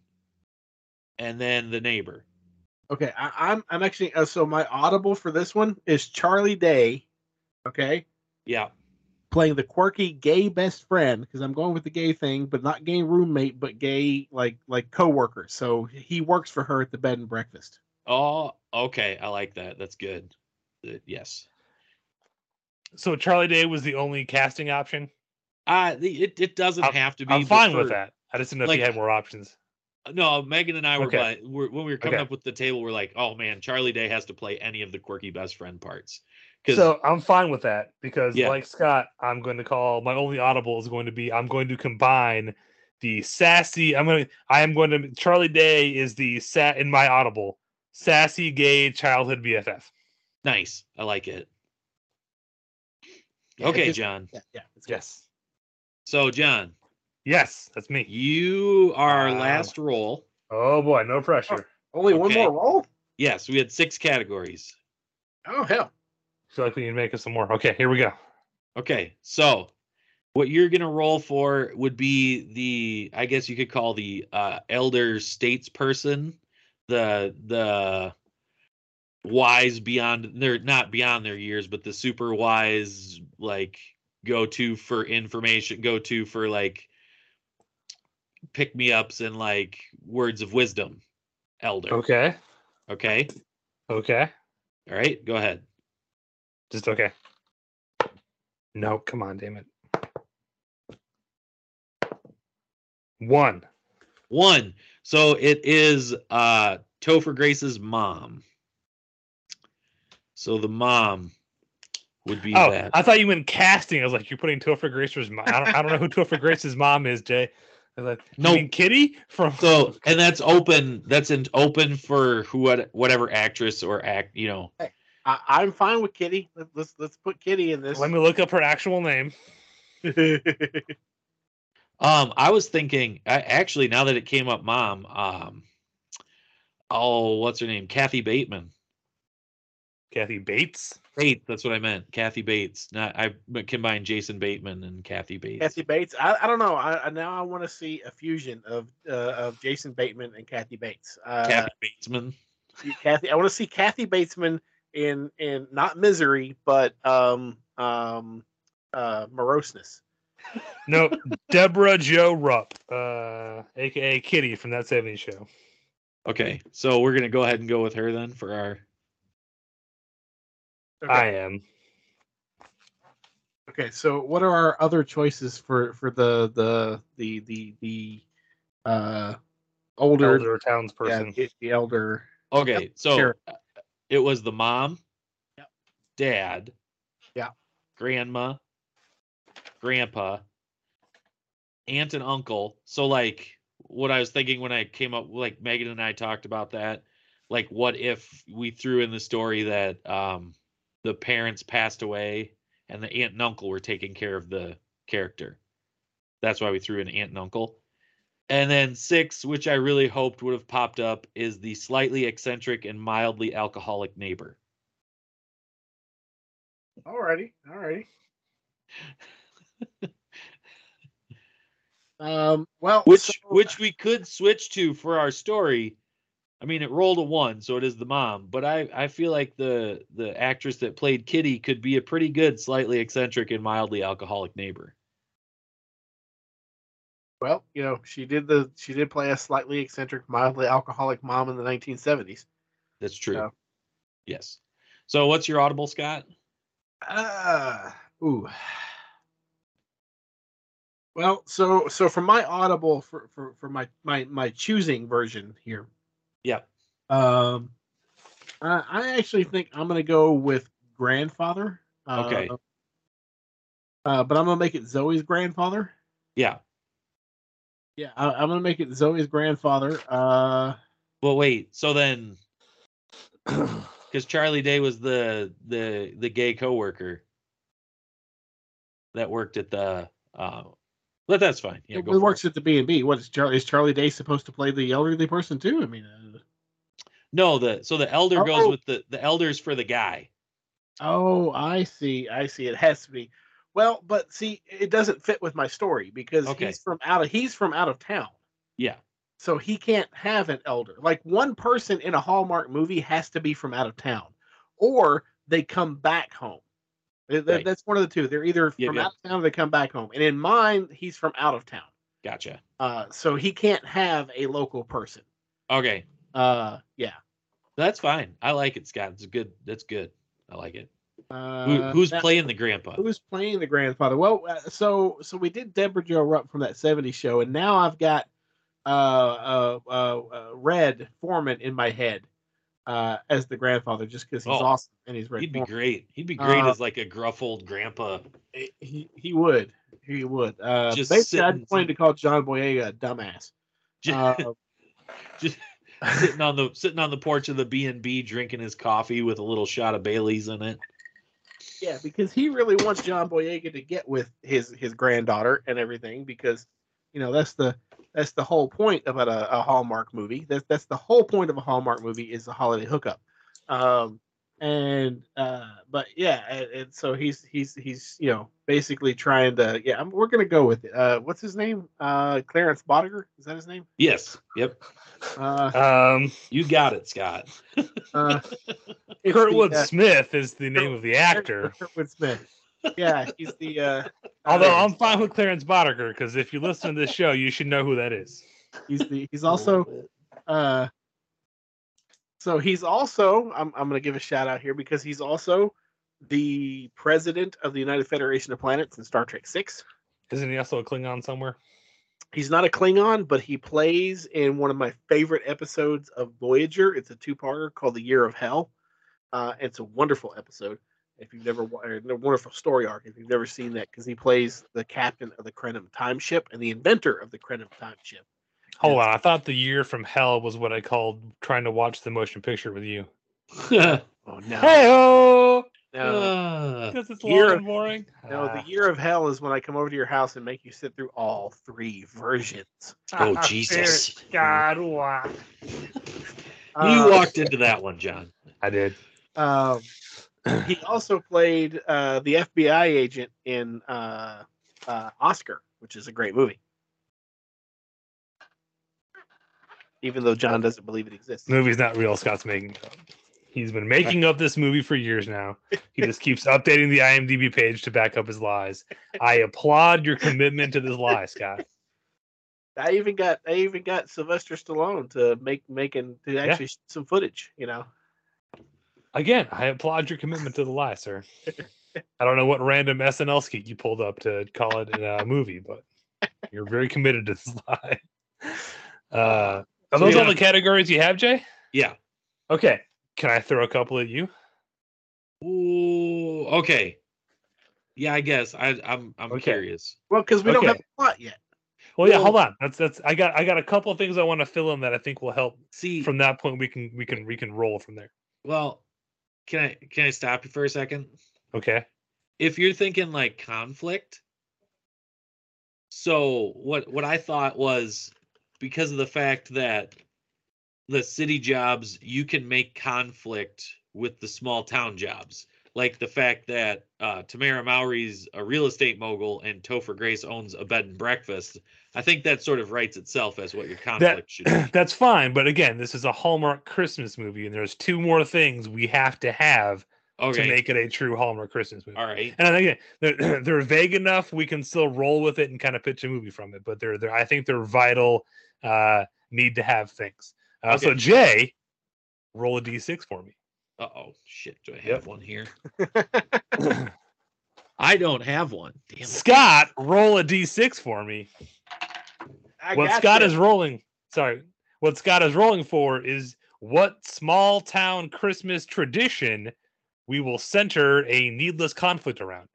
S7: And then the neighbor.
S8: Okay, I, I'm I'm actually uh, so my audible for this one is Charlie Day. Okay,
S7: Yeah.
S8: playing the quirky gay best friend because I'm going with the gay thing, but not gay roommate, but gay like like coworker. So he works for her at the bed and breakfast.
S7: Oh, okay. I like that. That's good. Uh, yes.
S5: So Charlie Day was the only casting option.
S7: Uh, the- it, it doesn't have to be.
S5: I'm
S7: the
S5: fine with
S7: fir-
S5: that. I just didn't know if you
S7: Like-
S5: had more options.
S7: No, Megan and I were,
S5: Okay.
S7: like, were when we were coming
S5: Okay.
S7: up with the table, we're like, oh man, Charlie Day has to play any of the quirky best friend parts. Because
S5: So I'm fine with that because,
S7: Yeah.
S5: like Scott, I'm going to call my only audible is going to be I'm going to combine the sassy. I'm going to I am going to Charlie Day is the sat in my audible sassy gay childhood BFF.
S7: nice, I like it.
S8: Yeah, it
S7: okay,
S8: just-
S7: John.
S8: Yeah, yeah. it's good.
S5: Yes,
S7: So John,
S5: yes, that's me.
S7: you are
S5: Wow.
S7: last roll.
S5: Oh boy, no pressure.
S8: Only one
S7: Okay.
S8: more roll.
S7: Yes, we had six categories.
S8: Oh hell.
S5: feel like we need to make us some more. Okay, here we go.
S7: Okay, so what you're gonna roll for would be the, I guess you could call the uh, elder statesperson, the the wise beyond they're not beyond their years, but the super wise like go to for information, go to for like pick me ups and like words of wisdom, elder.
S5: Okay,
S7: Okay,
S5: okay,
S7: all right, go ahead.
S5: just okay. No, come on, damn it. One.
S7: One. So it is uh Topher Grace's mom. So the mom would be
S5: Oh,
S7: that.
S5: I thought you meant casting. I was like, you're putting Topher Grace's. Mo- I don't, I don't know who Topher Grace's mom is, Jay. I was like, no,
S7: No.
S5: you mean Kitty from.
S7: so and that's open that's an open for who whatever actress or act, you know.
S8: I, I'm fine with Kitty. Let, let's let's put Kitty in this.
S5: Let me look up her actual name.
S7: Um I was thinking I actually now that it came up mom, um oh, what's her name? Kathy Bateman.
S5: Kathy Bates.
S7: Bates, that's what I meant. Kathy Bates. Not I combined Jason Bateman and Kathy Bates.
S8: Kathy Bates. I, I don't know. I, I now I want to see a fusion of uh, of Jason Bateman and Kathy Bates. Uh,
S7: Kathy Batesman.
S8: see Kathy. I want to see Kathy Batesman in in not misery, but um um uh moroseness.
S5: No, Deborah Joe Rupp, uh, aka Kitty from that 70s show.
S7: Okay, so we're gonna go ahead and go with her then for our.
S8: Okay.
S5: I am.
S8: Okay. So what are our other choices for for the the the the the uh older,
S5: Elder townsperson.
S8: yeah, the, the elder
S7: Okay, so
S8: sure.
S7: uh, it was the mom,
S8: Yep.
S7: dad,
S8: Yeah.
S7: grandma, grandpa, aunt and uncle. So like what I was thinking when I came up, like Megan and I talked about that. Like, what if we threw in the story that um the parents passed away and the aunt and uncle were taking care of the character? That's why we threw in aunt and uncle. And then six, which I really hoped would have popped up, is the slightly eccentric and mildly alcoholic neighbor.
S8: Alrighty, alrighty. um. Well,
S7: Which
S8: so-
S7: which we could switch to for our story. I mean, it rolled a one, so it is the mom. But I I feel like the the actress that played Kitty could be a pretty good, slightly eccentric and mildly alcoholic neighbor.
S8: well, you know, she did the she did play a slightly eccentric, mildly alcoholic mom in the 1970s.
S7: That's true.
S8: Yeah.
S7: Yes. So what's your audible, Scott?
S8: Uh, ooh. Well, so so for my audible for for, for my my my choosing version here.
S7: Yep.
S8: Um, I, I actually think I'm gonna go with grandfather. Uh,
S7: Okay.
S8: Uh, but I'm gonna make it Zoe's grandfather.
S7: Yeah.
S8: Yeah, I, I'm gonna make it Zoe's grandfather. Uh,
S7: Well, wait. So then, because Charlie Day was the the the gay coworker that worked at the. Uh, but that's fine. Yeah,
S8: it
S7: go for
S8: works at the B and B. What is Charlie? Is Charlie Day supposed to play the elderly person too? I mean, uh,
S7: No, the so the elder goes
S8: Oh.
S7: with the the elders for the guy.
S8: oh, I see, I see. It has to be. Well, but see, it doesn't fit with my story because
S7: Okay.
S8: he's from out of he's from out of town.
S7: Yeah.
S8: So he can't have an elder. Like one person in a Hallmark movie has to be from out of town, or they come back home. That- that-
S7: Right.
S8: That's one of the two. They're either
S7: Yeah,
S8: from
S7: yeah.
S8: out of town or they come back home. And in mine, he's from out of town.
S7: Gotcha.
S8: Uh, so he can't have a local person.
S7: Okay,
S8: Uh, yeah.
S7: that's fine. I like it, Scott. It's good. That's good. I like it.
S8: Uh,
S7: Who, who's
S8: that-
S7: playing the grandpa?
S8: Who's playing the grandfather? Well, uh, so so we did Deborah Jo Rupp from that '70s show, and now I've got uh, uh, uh, uh, Red Foreman in my head uh, as the grandfather, just because he's
S7: Oh,
S8: awesome and he's Red.
S7: He'd be
S8: Foreman.
S7: great. He'd be great
S8: Uh,
S7: as like a gruff old grandpa.
S8: He he would. He would. Uh,
S7: Just
S8: basically, I
S7: sitting-
S8: just wanted to call John Boyega a dumbass.
S7: Just,
S8: Uh,
S7: just sitting on the sitting on the porch of the B and B drinking his coffee with a little shot of Bailey's in it.
S8: Yeah, because he really wants John Boyega to get with his his granddaughter and everything because you know that's the that's the whole point about a, a Hallmark movie. That's that's the whole point of a Hallmark movie is a holiday hookup. Um and uh but yeah, and, and so he's he's he's you know basically trying to yeah, I'm, we're going to go with it. Uh what's his name? Uh Clarence Bodiger, is that his name?
S7: Yes. Yep.
S8: Uh,
S5: Um,
S7: You got it, Scott.
S8: uh it's
S5: Kurtwood
S8: the, uh,
S5: Smith is the name of the actor.
S8: Kurtwood Smith. Yeah, he's the uh
S5: Although
S8: uh,
S5: I'm fine with Clarence Boddicker because if you listen to this show, you should know who that is.
S8: he's the he's also uh so he's also I'm I'm gonna give a shout out here because he's also the president of the United Federation of Planets in Star Trek Six.
S5: Isn't he also a Klingon somewhere?
S8: He's not a Klingon, but he plays in one of my favorite episodes of Voyager. It's a two-parter called "The Year of Hell." Uh, it's a wonderful episode. If you've never, wa- or a wonderful story arc. If you've never seen that, because he plays the captain of the Krenim time ship and the inventor of the Krenim time ship.
S5: Hold on, I thought the year from hell was what I called trying to watch the motion picture with you.
S8: Oh no!
S5: Hey oh,
S7: Ah.
S8: no.
S5: because it's
S8: Year
S5: long
S8: of-
S5: and boring.
S8: No, the
S5: Ah.
S8: year of hell is when I come over to your house and make you sit through all three versions.
S7: oh Jesus!
S5: God, why?
S8: Uh,
S7: you walked into that one, John.
S5: I did.
S8: Um, he also played uh, the FBI agent in uh, uh, Oscar, which is a great movie. Even though John doesn't believe it exists.
S5: The movie's not real. Scott's making it up. He's been making up this movie for years now. He just keeps updating the IMDb page to back up his lies. I applaud your commitment to this lie, Scott.
S8: I even got I even got Sylvester Stallone to make making to actually shoot some footage. You know,
S5: Again, I applaud your commitment to the lie, sir. I don't know what random SNL skit you pulled up to call it a movie, but you're very committed to this lie. Uh, are those all the categories you have, Jay?
S7: Yeah.
S5: Okay. Can I throw a couple at you?
S7: Ooh. Okay. Yeah, I guess I, I'm. I'm
S5: Okay.
S7: curious.
S8: well, because we don't have
S5: Okay.
S8: a plot yet.
S5: Well, yeah.
S8: Well-
S5: Hold on. That's that's. I got I got a couple of things I want to fill in that I think will help
S7: See,
S5: from that point we can we can we can roll from there.
S7: well, can I can I stop you for a second?
S5: Okay.
S7: if you're thinking like conflict so what what i thought was because of the fact that the city jobs you can make conflict with the small town jobs like the fact that uh, Tamara Mowry's a real estate mogul and Topher Grace owns a bed and breakfast. I think that sort of writes itself as what your conflict should be.
S5: That's fine, but again, this is a Hallmark Christmas movie, and there's two more things we have to have
S7: Okay.
S5: to make it a true Hallmark Christmas movie.
S7: All right.
S5: And I think they're, they're vague enough we can still roll with it and kind of pitch a movie from it. But they're they're I think they're vital uh, need to have things. Uh, So
S7: Okay.
S5: Jay, roll a d6 for me.
S7: Uh oh. Shit. Do I have
S5: Yep.
S7: one here? I don't have one. Damn it.
S5: Scott, roll a d6 for me.
S8: I
S5: what
S8: got
S5: Scott
S8: you.
S5: is rolling, sorry, what Scott is rolling for is what small town Christmas tradition we will center a needless conflict around.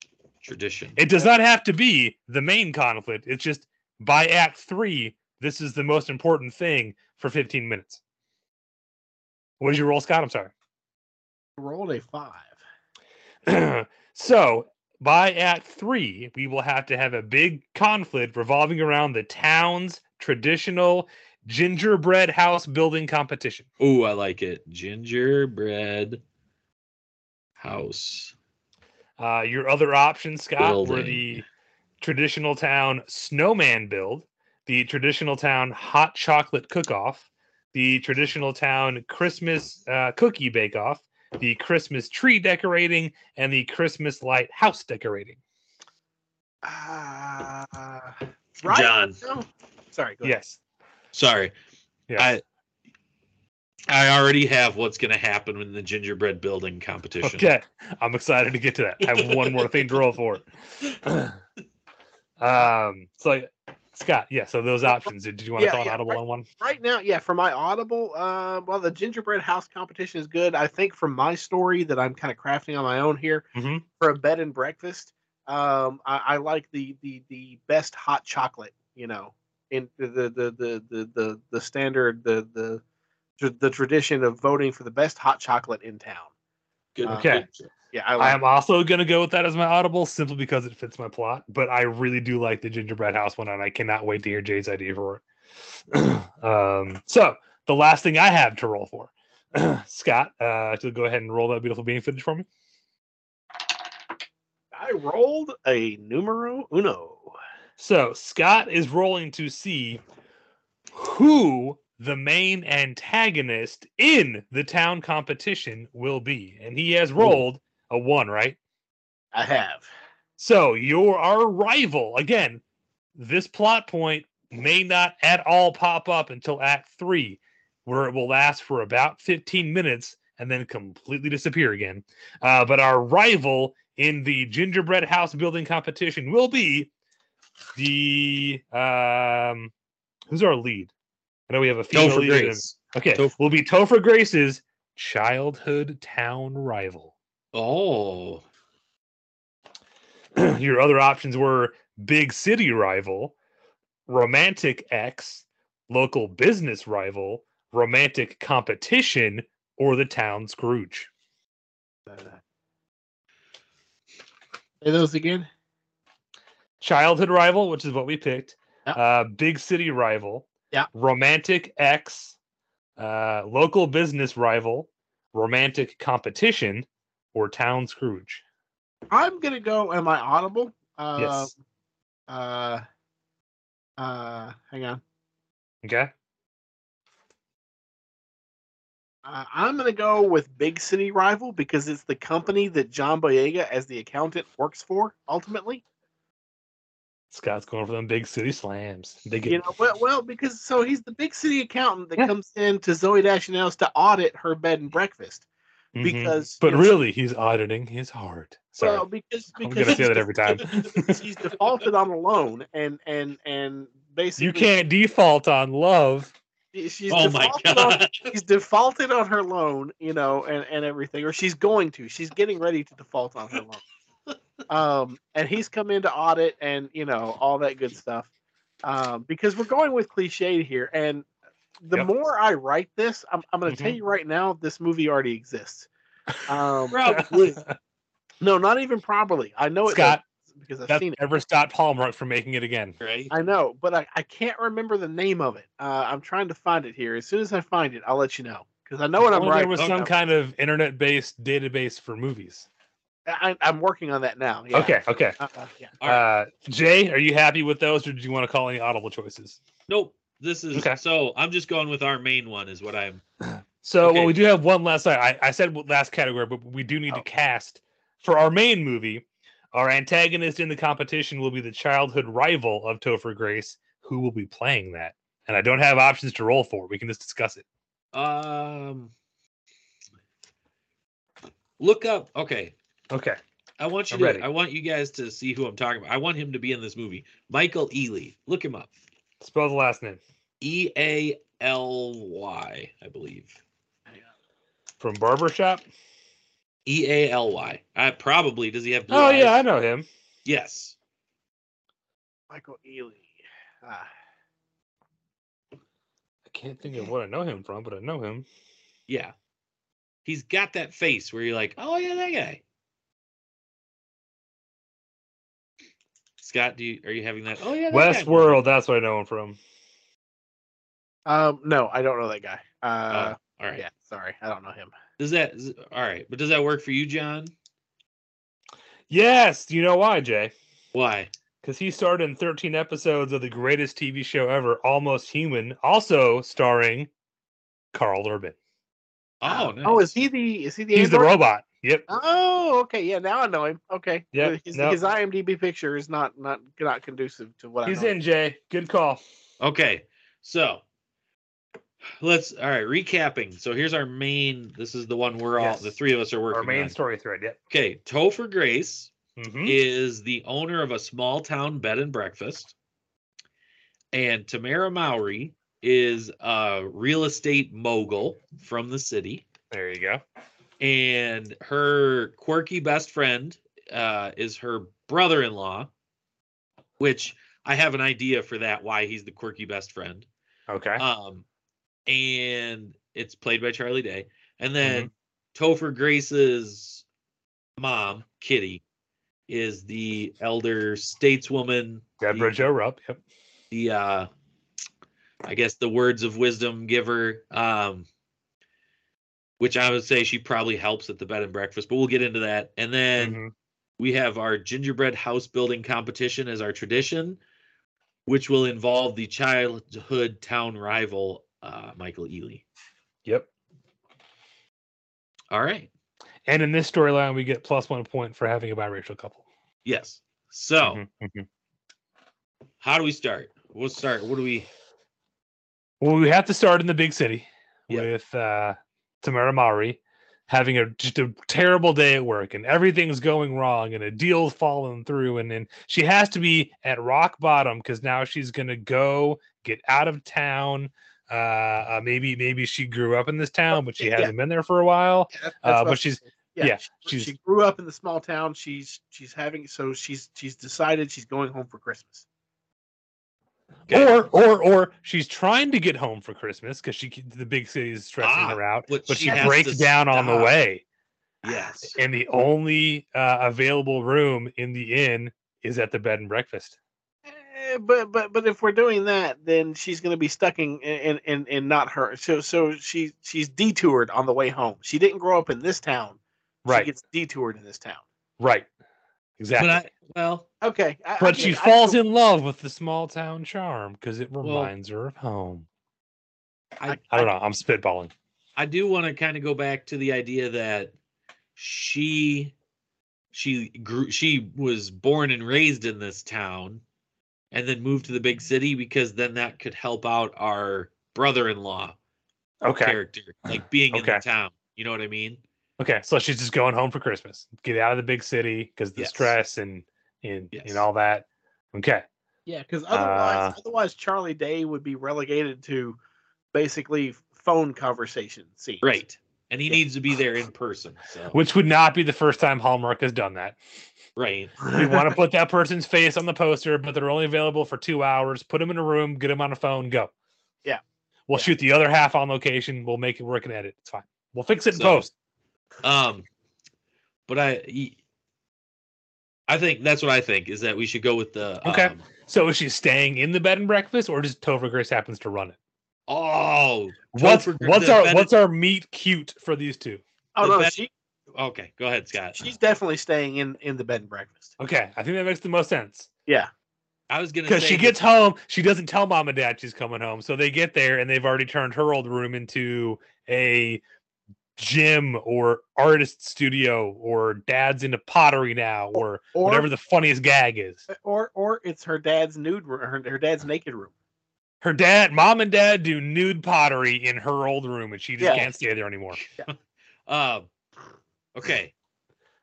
S7: Tradition.
S5: It does not have to be the main conflict. It's just by Act Three, this is the most important thing for 15 minutes. What did you roll, Scott? I'm sorry.
S8: rolled a five.
S5: so by act three we will have to have a big conflict revolving around the town's traditional gingerbread house building competition
S7: Oh, I like it. Gingerbread house.
S5: uh, your other options scott were
S7: Building.
S5: the traditional town snowman build the traditional town hot chocolate cook off the traditional town christmas uh, cookie bake off the Christmas tree decorating, and the Christmas light house decorating.
S8: Uh,
S7: John.
S8: No? Oh, Sorry. Go ahead.
S5: Yes.
S7: Sorry.
S5: Yeah.
S7: I I already have what's going to happen in the gingerbread building competition.
S5: Okay, I'm excited to get to that. I have one more thing to roll for. um, so Scott, yeah. So those options. Did, did you want to
S8: Yeah,
S5: call an
S8: yeah,
S5: audible
S8: right.
S5: on one?
S8: Right now, yeah, for my Audible, uh, well, the gingerbread house competition is good. I think from my story that I'm kind of crafting on my own here
S5: Mhm.
S8: for a bed and breakfast, um, I, I like the the the best hot chocolate. You know, in the the the the the the, the standard the the tr- the tradition of voting for the best hot chocolate in town.
S7: Good.
S5: Okay.
S8: Yeah, I
S5: I
S8: like.
S5: am also gonna go with that as my audible simply because it fits my plot. But I really do like the gingerbread house one, and I cannot wait to hear Jay's idea for it. um, so the last thing I have to roll for, Scott, uh, to go ahead and roll that beautiful being footage for me.
S8: I rolled a numero uno.
S5: So Scott is rolling to see who the main antagonist in the town competition will be, and he has rolled a one, right?
S8: I have.
S5: So you're our rival again. This plot point may not at all pop up until Act Three, where it will last for about 15 minutes and then completely disappear again. Uh, but our rival in the gingerbread house building competition will be the um, who's our lead? I know we have a female
S7: Topher
S5: lead and-
S7: Grace.
S5: Okay,
S7: Topher-
S5: will be Topher Grace's childhood town rival.
S7: Oh.
S5: your other options were big city rival, romantic ex, local business rival, romantic competition, or the town Scrooge.
S8: Uh, Say those again.
S5: Childhood rival, which is what we picked,
S8: Yep.
S5: uh, big city rival,
S8: Yeah.
S5: romantic ex, uh, local business rival, romantic competition, or town Scrooge.
S8: I'm gonna go. Am I audible? Uh,
S5: yes.
S8: Uh, uh, hang on.
S5: Okay.
S8: Uh, I'm gonna go with Big City Rival because it's the company that John Boyega, as the accountant, works for. Ultimately,
S5: Scott's going for them big city slams. They get
S8: you know, well, well, because so he's the big city accountant that
S5: Yeah.
S8: comes in to Zoe Dashanel's to audit her bed and breakfast
S5: Mhm.
S8: because,
S5: But
S8: you know,
S5: really, he's auditing his heart. Sorry.
S8: Well, because
S5: I'm
S8: because
S5: gonna say
S8: he's
S5: that every time.
S8: def- he's defaulted on a loan, and and and basically,
S5: you can't default on love.
S8: She's
S7: oh my
S8: defaulted on-
S7: god.
S8: she's defaulted on her loan, you know, and, and everything, or she's going to. She's getting ready to default on her loan. Um, and he's come in to audit and you know all that good stuff. Um, because we're going with cliched here, and the
S5: Yep.
S8: more I write this, I'm, I'm going to tell
S5: Mhm.
S8: you right now, this movie already exists. Um,
S7: Probably.
S8: no, not even probably. I know it
S5: Scott,
S8: does, because I've
S5: that
S8: seen it.
S5: never stopped Hallmark from making it again.
S7: Right.
S8: I know, but I, I can't remember the name of it. Uh, I'm trying to find it here. As soon as I find it, I'll let you know because I know what
S5: If
S8: I'm
S5: only
S8: right.
S5: There was some kind of internet-based database for movies.
S8: I, I'm working on that now. yeah.
S5: Okay, okay.
S8: Uh, uh, yeah.
S7: All right.
S5: Uh, Jay, are you happy with those, or did you want to call any audible choices?
S7: Nope. This is
S5: Okay.
S7: so I'm just going with our main one is what I'm
S5: So, well,
S7: Okay.
S5: we do have one last. I, I said w- last category, but we do need to cast for our main movie. Our antagonist in the competition will be the childhood rival of Topher Grace, who will be playing that. And I don't have options to roll for. We can just discuss it.
S7: um look up okay.
S5: Okay.
S7: I want you
S5: I'm
S7: to
S5: ready.
S7: I want you guys to see who I'm talking about. I want him to be in this movie. Michael Ealy. Look him up.
S5: Spell the last name
S7: E A L Y, I believe.
S5: from Barbershop.
S7: E A L Y. I probably does he have blue
S5: Oh
S7: eyes?
S5: yeah, I know him.
S7: Yes.
S8: Michael Ealy. Ah,
S5: I can't think of what I know him from, but I know him.
S7: Yeah. He's got that face where you're like, oh yeah, that guy. Scott, do you are you having that? Oh yeah, that guy."
S5: Westworld. That's what I know him from.
S8: um, no, I don't know that guy.
S7: Oh,
S8: Uh,
S7: all right.
S8: yeah, sorry, I don't know him.
S7: Does that is- all right? But does that work for you, John?
S5: Yes. Do you know why, Jay?
S7: Why?
S5: Because he starred in 13 episodes of the greatest TV show ever, Almost Human, also starring Carl Urban.
S7: Oh, nice.
S8: Oh, is he the is he the
S5: He's the
S8: android?
S5: robot. Yep.
S8: Oh, okay. Yeah, now I know him. Okay.
S9: Yep,
S8: Uh, His,
S9: no.
S8: his IMDb picture is not not not conducive to what
S9: He's
S8: I know.
S9: in, Jay. Good call.
S7: Okay, so let's all right. Recapping. So here's our main. This is the one we're all
S9: Yes.
S7: the three of us are working
S9: Our main
S7: on.
S9: story thread. Yep.
S7: Okay, Topher Grace
S5: Mm-hmm.
S7: is the owner of a small town bed and breakfast, and Tamara Mowry is a real estate mogul from the city,
S5: There you go.
S7: and her quirky best friend uh, is her brother-in-law, which I have an idea for that. Why he's the quirky best friend.
S5: Okay.
S7: Um, and it's played by Charlie Day. And then Topher Grace's mom, Kitty, is the elder stateswoman.
S5: Deborah
S7: The,
S5: Joe Rupp. Yep.
S7: the uh, I guess the words of wisdom giver. Um, which I would say she probably helps at the bed and breakfast, but we'll get into that. And then
S5: Mhm.
S7: we have our gingerbread house building competition as our tradition, which will involve the childhood town rival, uh, Michael Ealy.
S5: Yep.
S7: All right.
S5: And in this storyline, we get plus one point for having a biracial couple.
S7: Yes. So
S5: Mhm, mhm.
S7: how do we start? We'll start. What do we?
S5: Well, we have to start in the big city
S7: Yep.
S5: with uh, Tamara Mari having a just a terrible day at work and everything's going wrong and a deal's falling through and then she has to be at rock bottom because now she's gonna go get out of town. Uh, uh, maybe maybe she grew up in this town, but she
S8: Yeah.
S5: hasn't been there for a while.
S8: Yeah, that- that's
S5: Uh,
S8: what I
S5: but
S8: was
S5: she's
S8: thinking.
S5: yeah,
S8: she,
S5: she's-
S8: she grew up in the small town. She's she's having so she's she's decided she's going home for Christmas.
S7: Okay.
S5: or or or she's trying to get home for Christmas because she c- the big city is stressing
S7: Ah,
S5: her out,
S7: but
S5: but
S7: she
S5: she
S7: has to
S5: breaks down on the
S7: stop.
S5: way.
S7: Yes.
S5: and the only uh, available room in the inn is at the bed and breakfast.
S8: Eh, but but but if we're doing that, then she's going to be stuck in in, in in not her. So so she she's detoured on the way home. She didn't grow up in this town.
S5: Right,
S8: She gets detoured in this town.
S5: right, exactly.
S7: But
S5: But,
S7: I, well,
S8: Okay. I, I
S5: she
S8: get- I
S5: falls
S8: feel-
S5: in love with the small town charm because it
S7: Well-
S5: reminds her of home.
S7: I,
S5: I don't know. I'm spitballing.
S7: I do want to kind of go back to the idea that she she grew she was born and raised in this town and then moved to the big city because then that could help out our brother-in-law
S5: Okay,
S7: character like being in
S5: Okay.
S7: the town you know what i mean
S5: okay. So she's just going home for Christmas, get out of the big city because the
S7: Yes.
S5: stress and and
S7: Yes.
S5: and all that. Okay,
S8: Yeah, because otherwise,
S5: Uh,
S8: otherwise Charlie Day would be relegated to basically phone conversation scenes.
S7: right and he
S8: Yeah.
S7: needs to be there in person so
S5: which would not be the first time Hallmark has done that.
S7: right
S5: we want to put that person's face on the poster, but they're only available for two hours. Put them in a room, get them on a phone, go.
S8: Yeah.
S5: We'll
S8: Yeah.
S5: shoot the other half on location. We'll make it work and edit. It's fine. We'll fix it in
S7: So-
S5: post.
S7: Um, but I, I think that's what I think is that we should go with the
S5: Okay.
S7: um,
S5: So is she staying in the bed and breakfast, or just Tova Grace happens to run it?
S7: oh,
S5: What's
S7: Topher-
S5: what's
S7: the
S5: our
S7: bed-
S5: what's our meet cute for these two?
S7: The
S8: Oh no,
S7: bed-
S8: she
S7: okay. Go ahead, Scott.
S8: she's definitely staying in in the bed and breakfast.
S5: Okay, I think that makes the most sense
S7: I was gonna
S5: because
S7: say
S5: she
S7: that-
S5: gets home. She doesn't tell mom and dad she's coming home, so they get there and they've already turned her old room into a gym or artist studio or dad's into pottery now or
S8: Or
S5: whatever the funniest gag is.
S8: or or it's her dad's nude room, her, her dad's naked room.
S5: Her dad, mom, and dad do nude pottery in her old room, and she just
S8: Yeah.
S5: can't stay there anymore.
S7: Um, okay.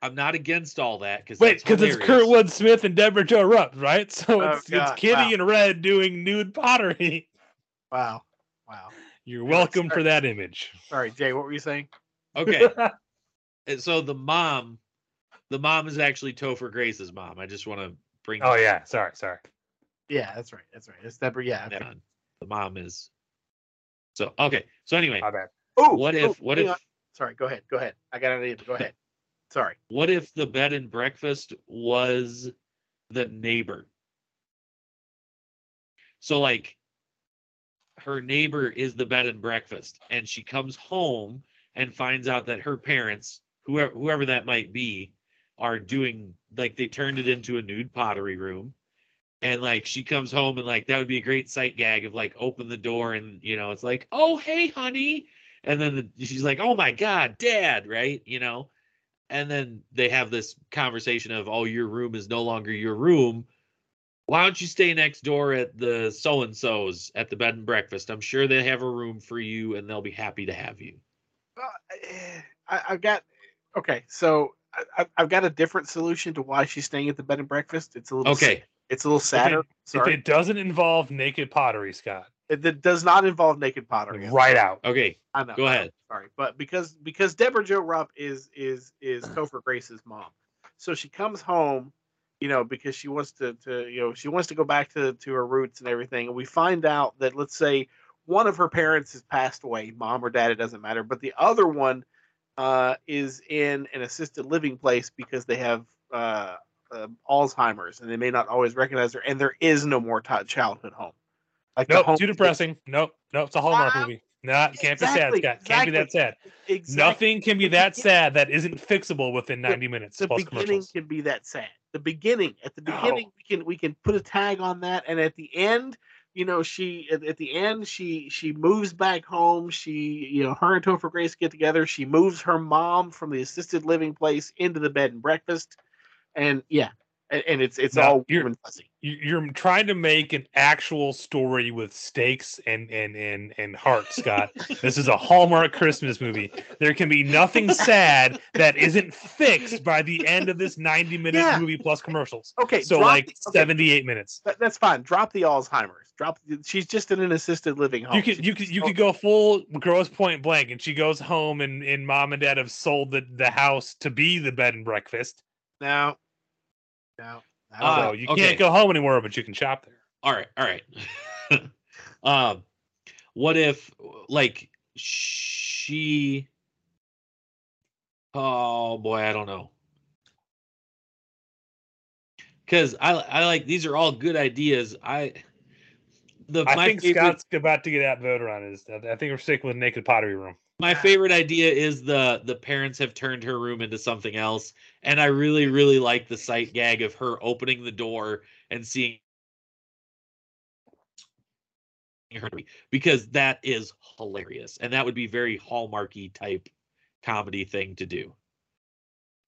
S7: I'm not against all that because
S5: Wait, because it's Kurt Wood Smith and Deborah Joe Rupp, right? So
S8: Oh,
S5: it's, it's
S8: God,
S5: Kitty
S8: wow.
S5: and Red doing nude pottery.
S8: Wow, wow.
S5: You're
S8: Yeah,
S5: welcome for
S8: sorry.
S5: that image.
S8: Sorry, Jay, what were you saying?
S7: Okay, and so the mom, the mom is actually Topher Grace's mom. I just want to bring.
S5: oh
S7: that
S5: yeah, sorry, sorry.
S8: Yeah, that's right. That's right. It's Deborah. Yeah. okay.
S7: down. The mom is. So okay. So anyway,
S5: My bad.
S8: Oh,
S7: what
S8: oh,
S7: if what
S8: hang
S7: if
S8: on. Sorry, go ahead. Go ahead. I got an idea. but Go ahead. Sorry.
S7: What if the bed and breakfast was the neighbor? So, like, her neighbor is the bed and breakfast, and she comes home and finds out that her parents, whoever, whoever that might be, are doing like they turned it into a nude pottery room. And like she comes home and like that would be a great sight gag of like open the door and you know it's like oh hey honey and then the, she's like, "Oh my god, Dad!" Right? You know, and then they have this conversation of, "Oh, your room is no longer your room. Why don't you stay next door at the so and so's at the bed and breakfast? I'm sure they have a room for you, and they'll be happy to have you."
S8: Uh, I, I've got okay. So I, I've- I've got a different solution to why she's staying at the bed and breakfast. It's a little
S7: Okay,
S8: It's a little sadder.
S5: If
S8: Sorry,
S5: it doesn't involve naked pottery, Scott,
S8: it, that does not involve naked pottery.
S5: right out.
S7: okay,
S8: I know.
S7: go ahead.
S8: Sorry, but because because Deborah Jo Rupp is is is Topher Grace's mom, so she comes home, you know, because she wants to to you know she wants to go back to to her roots and everything. And we find out that let's say one of her parents has passed away, mom or dad, it doesn't matter, but the other one uh, is in an assisted living place because they have uh, uh, Alzheimer's and they may not always recognize her, and there is no more ti- childhood home. Like the
S5: Nope,
S8: home-
S5: too depressing. Nope, nope. It's a Hallmark
S8: Wow.
S5: movie. Nah, can't be sad,
S8: Exactly,
S5: Scott. Can't be that
S8: exactly.
S5: sad.
S8: Exactly.
S5: Nothing can be
S8: The
S5: that
S8: begin-
S5: sad that isn't fixable within
S8: The-
S5: 90 minutes
S8: the
S5: plus
S8: beginning
S5: commercials.
S8: can be that sad. The beginning, at the
S5: No.
S8: beginning, we can we can put a tag on that, and at the end, you know, she at, at the end she she moves back home. She you know her and Topher Grace get together. She moves her mom from the assisted living place into the bed and breakfast, and yeah, and, and it's it's
S5: No,
S8: all
S5: you're-
S8: warm and fuzzy.
S5: You- You're trying to make an actual story with stakes and and and and heart, Scott. this is a Hallmark Christmas movie. There can be nothing sad that isn't fixed by the end of this 90 minute
S8: Yeah.
S5: movie plus commercials.
S8: Okay,
S5: So
S8: drop
S5: like
S8: the- okay,
S5: 78 minutes.
S8: that- that's fine. Drop the Alzheimer's. Drop. the- She's just in an assisted living home.
S7: Oh,
S5: You could
S8: She-
S5: you could you
S8: so-
S5: could go full gross point blank, and she goes home, and, and mom and dad have sold the, the house to be the bed and breakfast.
S8: no, no. I don't
S7: Uh,
S5: So
S8: know.
S5: you
S7: okay.
S5: can't go home anymore, but you can shop there.
S7: all right all right um what if like she oh boy i don't know because i i like these are all good ideas i the
S5: I
S7: my
S5: think
S7: favorite,
S5: Scott's about to get outvoted on is I think we're sticking with naked pottery room.
S7: my favorite idea is the the parents have turned her room into something else and i really really like the sight gag of her opening the door and seeing her because that is hilarious and that would be very hallmarky type comedy thing to do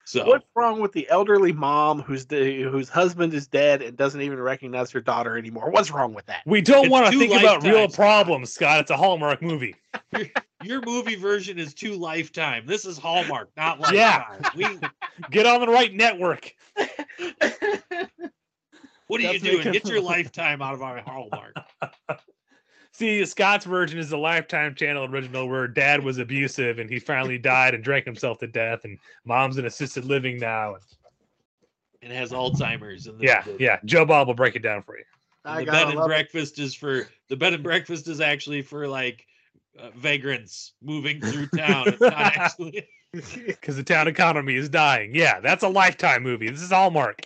S7: so
S8: What's wrong with the elderly mom who's the, whose husband is dead and doesn't even recognize her daughter anymore? What's wrong with that?
S5: We don't
S7: It's
S5: want to
S7: two
S5: think about real
S7: lifetimes, Scott.
S5: problems, Scott. It's a Hallmark movie.
S7: your movie version is two lifetime this is hallmark not lifetime
S5: Yeah.
S7: we,
S5: Get on the right network.
S7: what are you
S5: That's
S7: doing
S5: making-
S7: get your lifetime out of our hallmark
S5: See, Scott's version is the Lifetime Channel original where dad was abusive and he finally died and drank himself to death, and mom's in assisted living now.
S7: it has alzheimer's and the,
S5: Yeah,
S7: the-
S5: yeah. Joe Bob will break it down for you.
S7: And
S8: I
S7: the
S8: gotta
S7: bed and
S8: love it.
S7: breakfast is for the bed and breakfast is actually for like uh, vagrants moving through town. It's not actually.
S5: Because the town economy is dying. Yeah, that's a lifetime movie. This is Hallmark.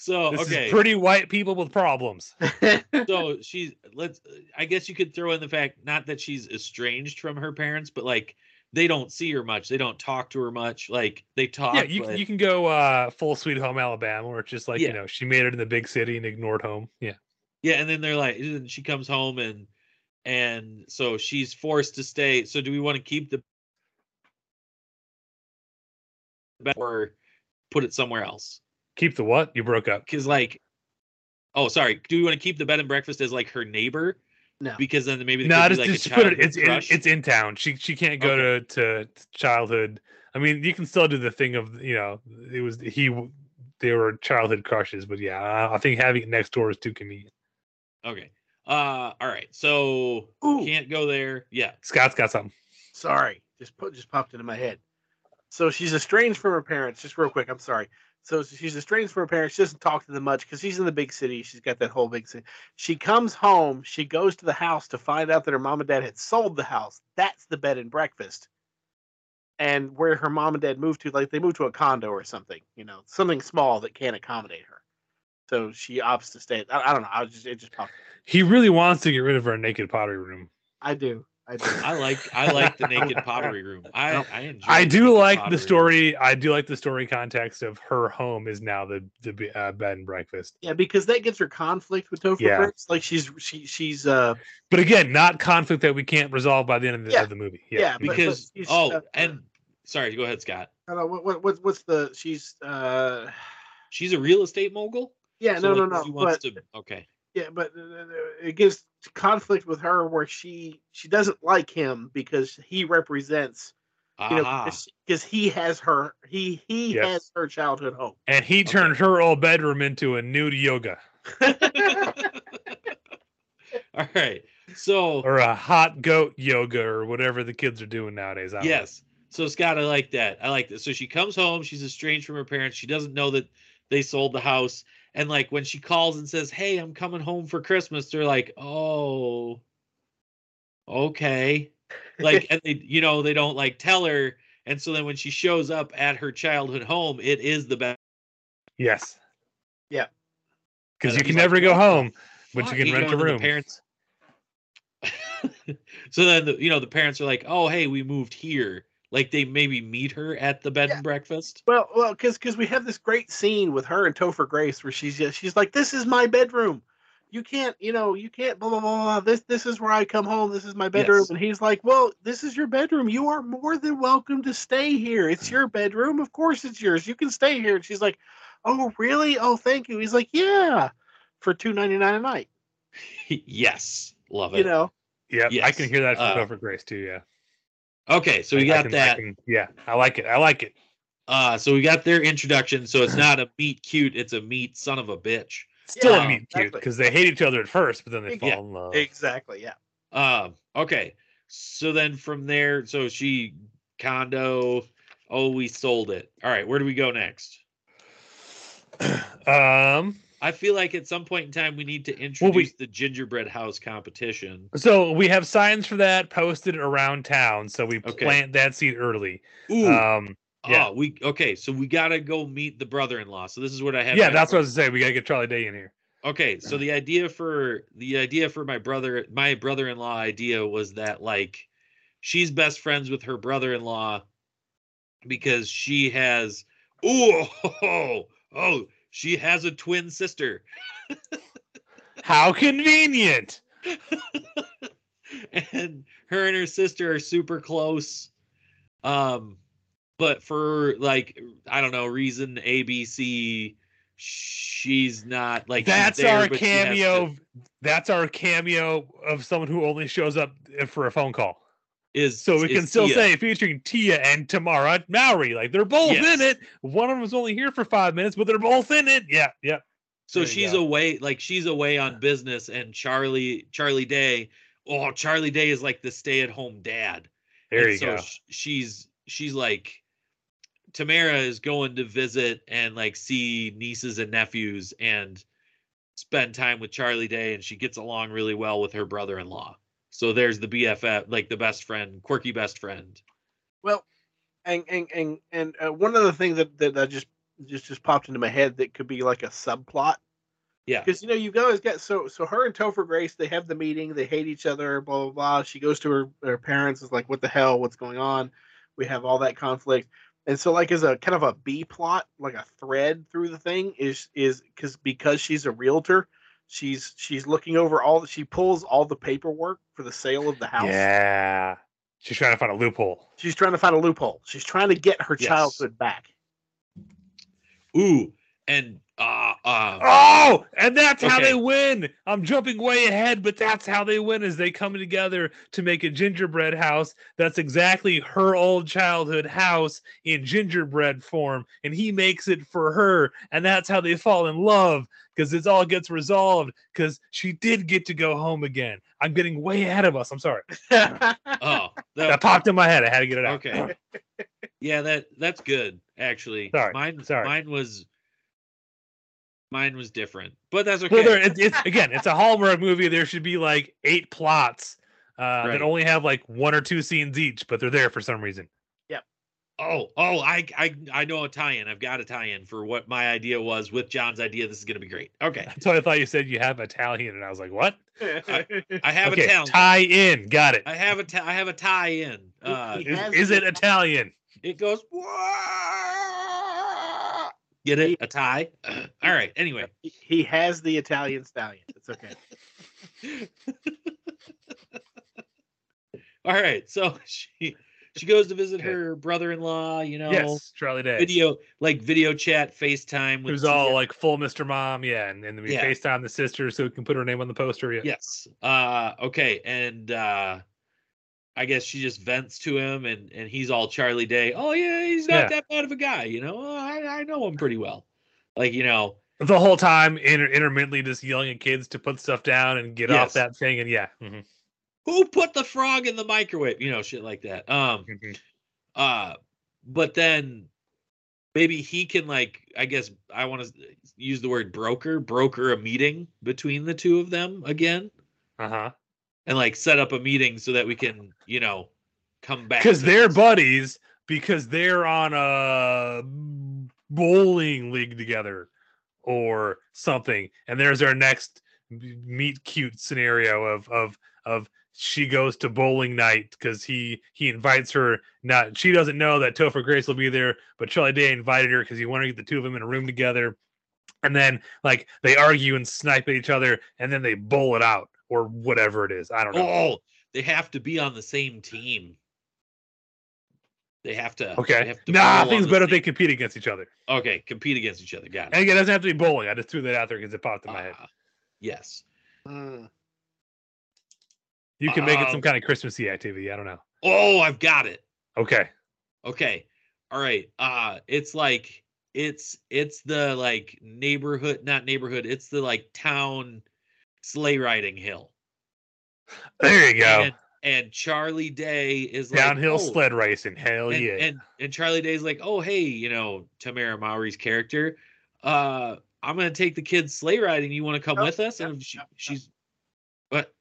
S7: So
S5: This
S7: Oh, okay,
S5: is pretty white people with problems.
S7: so she's let's. I guess you could throw in the fact not that she's estranged from her parents, but like they don't see her much. They don't talk to her much. Like they talk.
S5: Yeah, you, can-
S7: but-
S5: you can go uh, full Sweet Home Alabama, where it's just like
S7: Yeah.
S5: you know she made it in the big city and ignored home. Yeah,
S7: Yeah, and then they're like, and she comes home and and so she's forced to stay. So do we want to keep the bed or put it somewhere else?
S5: keep the what you broke up.
S7: Because like, oh sorry, do we want to keep the bed and breakfast as like her neighbor?
S8: No.
S7: Because then maybe they
S5: No,
S7: could be
S5: just,
S7: like
S5: just
S7: a
S5: put it.
S7: childhood
S5: It's in,
S7: crush.
S5: it's in town. She she can't go to to childhood. I mean, you can still do the thing of you know it was he w- they were childhood crushes, but yeah, I, I think having it next door is too convenient.
S7: okay. Uh, all right. So
S8: Ooh.
S7: can't go there. Yeah.
S5: Scott's got something.
S8: Sorry, just put, just popped into my head. So she's estranged from her parents. Just real quick, I'm sorry. So she's estranged from her parents. She doesn't talk to them much because she's in the big city. She's got that whole big city. She comes home. She goes to the house to find out that her mom and dad had sold the house. That's the bed and breakfast. And where her mom and dad moved to, like they moved to a condo or something, you know, something small that can't accommodate her. So she opts to stay. I, I don't know. I was just it just popped.
S5: He really wants to get rid of our naked pottery room.
S8: I do. I do.
S7: I like I like the naked pottery room. I I enjoy.
S5: I do
S7: naked
S5: like
S7: pottery.
S5: the story. I do like the story context of her home is now the the b- uh, bed and breakfast.
S8: Yeah, because that gets her conflict with Topher
S5: Yeah.
S8: Prince. Like she's she she's uh
S5: But again, not conflict that we can't resolve by the end of the,
S8: Yeah.
S5: of the movie.
S8: Yeah, but-
S7: because
S8: but she's-
S7: oh,
S8: uh,
S7: and sorry, go ahead, Scott.
S8: I don't know, what what what's- what's the she's uh
S7: She's a real estate mogul.
S8: yeah
S7: So,
S8: no
S7: like,
S8: no
S7: She
S8: no
S7: wants
S8: but
S7: to. Okay.
S8: yeah but uh, uh, it gives conflict with her where she she doesn't like him because he represents you know
S7: Aha.
S8: because he has her he he
S5: Yes.
S8: has her childhood home
S5: And he turned her old bedroom into a nude yoga
S7: All right. So
S5: or a hot goat yoga or whatever the kids are doing nowadays. I don't know.
S7: Yes. So Scott, I like that. I like that. So she comes home. She's estranged from her parents. She doesn't know that they sold the house. And like when she calls and says, "Hey, I'm coming home for Christmas," they're like, "Oh, okay." Like, and they, you know, they don't like tell her. And so then when she shows up at her childhood home, it is the best.
S5: Yes.
S8: Yeah.
S5: Because
S7: And
S5: you
S7: he's
S5: can never
S7: like,
S5: go
S7: "What the
S5: home, but
S7: fuck?"
S5: you can rent a
S7: and then the
S5: room.
S7: parents. so then, the, you know, the parents are like, "Oh, hey, we moved here." Like they maybe meet her at the bed
S8: Yeah.
S7: and breakfast.
S8: well well because because we have this great scene with her and Topher Grace where she's just she's like this is my bedroom you can't you know you can't blah blah blah, blah. this this is where I come home this is my bedroom
S7: Yes.
S8: and he's like well this is your bedroom you are more than welcome to stay here it's your bedroom of course it's yours you can stay here and she's like oh really oh thank you he's like yeah for two ninety nine a night
S7: yes, love it.
S8: you know
S5: Yeah, I
S7: Yes.
S5: can hear that from
S7: Uh,
S5: Topher Grace too. Yeah.
S7: Okay, so we
S5: I- I
S7: got
S5: can- I
S7: that.
S5: can- yeah, I like it. I like it.
S7: Uh, so we got their introduction. So it's not a meet cute; it's a meet son of a bitch.
S5: Still
S7: Yeah,
S5: a meet cute
S8: exactly.
S5: because they hate each other at first, but then they fall
S7: Yeah,
S5: in love.
S8: exactly yeah
S7: Um, okay, so then from there, so she condo. Oh, we sold it. All right, where do we go next?
S5: um.
S7: I feel like at some point in time we need to
S5: Well,
S7: introduce
S5: we-
S7: the gingerbread house competition.
S5: So we have signs for that posted around town, so we
S7: Okay.
S5: plant that seed early.
S7: Ooh,
S5: Um. yeah.
S7: Uh, oh, we okay. So we gotta go meet the brother-in-law. So this is what I have.
S5: Yeah,
S7: my-
S5: that's what I was saying. We gotta get Charlie Day in here.
S7: okay so the idea for the idea for my brother my brother-in-law idea was that like she's best friends with her brother-in-law because she has oh oh, oh she has a twin sister
S5: How convenient.
S7: and her and her sister are super close um but for like i don't know reason a b c she's not like she's
S5: that's
S7: there,
S5: our
S7: but she has to-
S5: cameo. That's our cameo of someone who only shows up for a phone call.
S7: is
S5: So we
S7: is
S5: can still
S7: Tia.
S5: say featuring Tia and Tamara Mowry. Like they're both
S7: Yes.
S5: in it. One of them's only here for five minutes, but they're both in it. Yeah, yeah.
S7: So
S5: There you
S7: she's
S5: go.
S7: away, like she's away on business, and Charlie, Charlie Day, oh, Charlie Day is like the stay-at-home dad.
S5: There
S7: And
S5: you
S7: so
S5: go.
S7: sh- she's she's like, Tamara is going to visit and like see nieces and nephews and spend time with Charlie Day, and she gets along really well with her brother-in-law. So there's the BFF, like the best friend, quirky best friend.
S8: Well, and and and and uh, one other thing that that I just just just popped into my head that could be like a subplot.
S7: Yeah.
S8: Because you know you've always got so so her and Topher Grace they have the meeting they hate each other blah blah blah she goes to her her parents is like what the hell what's going on we have all that conflict and so like as a kind of a B plot like a thread through the thing is is because because she's a realtor she's she's looking over all she pulls all the paperwork for the sale of the house
S5: Yeah. She's trying to find a loophole.
S8: she's trying to find a loophole she's trying to get her
S7: Yes.
S8: childhood back
S7: Ooh, and uh, uh,
S5: Oh, and that's how
S7: Okay.
S5: they win. I'm jumping way ahead, but that's how they win is they come together to make a gingerbread house. That's exactly her old childhood house in gingerbread form, and he makes it for her, and that's how they fall in love because it all gets resolved because she did get to go home again. I'm getting way ahead of us. I'm sorry.
S7: oh,
S5: That popped in my head. I had to get it out.
S7: Okay. yeah, that that's good actually.
S5: Sorry,
S7: Mine
S5: sorry.
S7: mine was mine was different. But that's okay.
S5: Well, there, it, it's again, it's a Hallmark movie. There should be like eight plots uh,
S7: Right.
S5: that only have like one or two scenes each, but they're there for some reason.
S7: Oh, oh, I, I, I know a tie-in. I've got a tie-in for what my idea was with John's idea. This is gonna be great. Okay,
S5: That's what I thought you said you have Italian, and I was like, what?
S7: I have
S5: okay,
S7: a talent.
S5: tie in. Got it.
S7: I have a ta- I have a tie-in. Uh,
S8: He has
S5: Is, is
S8: the-
S5: it Italian?
S7: it goes. Get it? A tie. All right. Anyway,
S8: He- He has the Italian stallion. It's okay.
S7: all right. So she she goes to visit her brother-in-law. You know,
S5: yes, Charlie Day.
S7: video like video chat, FaceTime.
S5: Who's
S7: Tia.
S5: all like full Mr. Mom, yeah, and, and then we
S7: Yeah.
S5: FaceTime the sister so we can put her name on the poster. Yeah.
S7: Yes. Uh okay, and uh I guess she just vents to him and and he's all Charlie Day. Oh yeah, he's not
S5: Yeah.
S7: that bad of a guy, you know. "Oh, I I know him pretty well. Like, you know,
S5: The whole time, inter- intermittently just yelling at kids to put stuff down and get
S7: Yes.
S5: off that thing, and yeah, mhm,
S7: who put the frog in the microwave, you know, shit like that. Um
S5: mhm.
S7: uh but then maybe he can like I guess I want to use the word broker, broker a meeting between the two of them again
S5: uh huh.
S7: and like set up a meeting so that we can, you know, come back
S5: Because
S7: to
S5: they're
S7: this.
S5: buddies, because they're on a bowling league together or something, and there's our next m- meet cute scenario of of of she goes to bowling night because he he invites her not she doesn't know that topher grace will be there but charlie day invited her because he wanted to get the two of them in a room together and then like they argue and snipe at each other and then they bowl it out or whatever it is i don't know
S7: Oh, they have to be on the same team. They have to. Oh, They
S5: okay
S7: have to
S5: nah
S7: bowl
S5: things
S7: on the
S5: better if they
S7: same-
S5: compete against each other
S7: okay, compete against each other. Got
S5: And
S7: it.
S5: again, it doesn't have to be bowling. I just threw that out there because it popped in my head.
S7: Ah, yes.
S8: Mm.
S5: You can make it
S7: uh,
S5: some kind of Christmassy activity. I don't know.
S7: Oh, I've got it.
S5: Okay.
S7: Okay. All right. Uh it's like it's it's the like neighborhood, not neighborhood. It's the like town sleigh riding hill.
S5: There you go.
S7: And, and Charlie Day is like,
S5: Downhill
S7: "Oh,
S5: sled racing. Hell
S7: and,
S5: yeah.
S7: and and Charlie Day's like, oh hey, you know Tamara Mowry's character, uh, I'm gonna take the kids sleigh riding. You want to come
S8: Yep,
S7: with us?
S8: yep,
S7: And she,
S8: yep, yep.
S7: she's, what?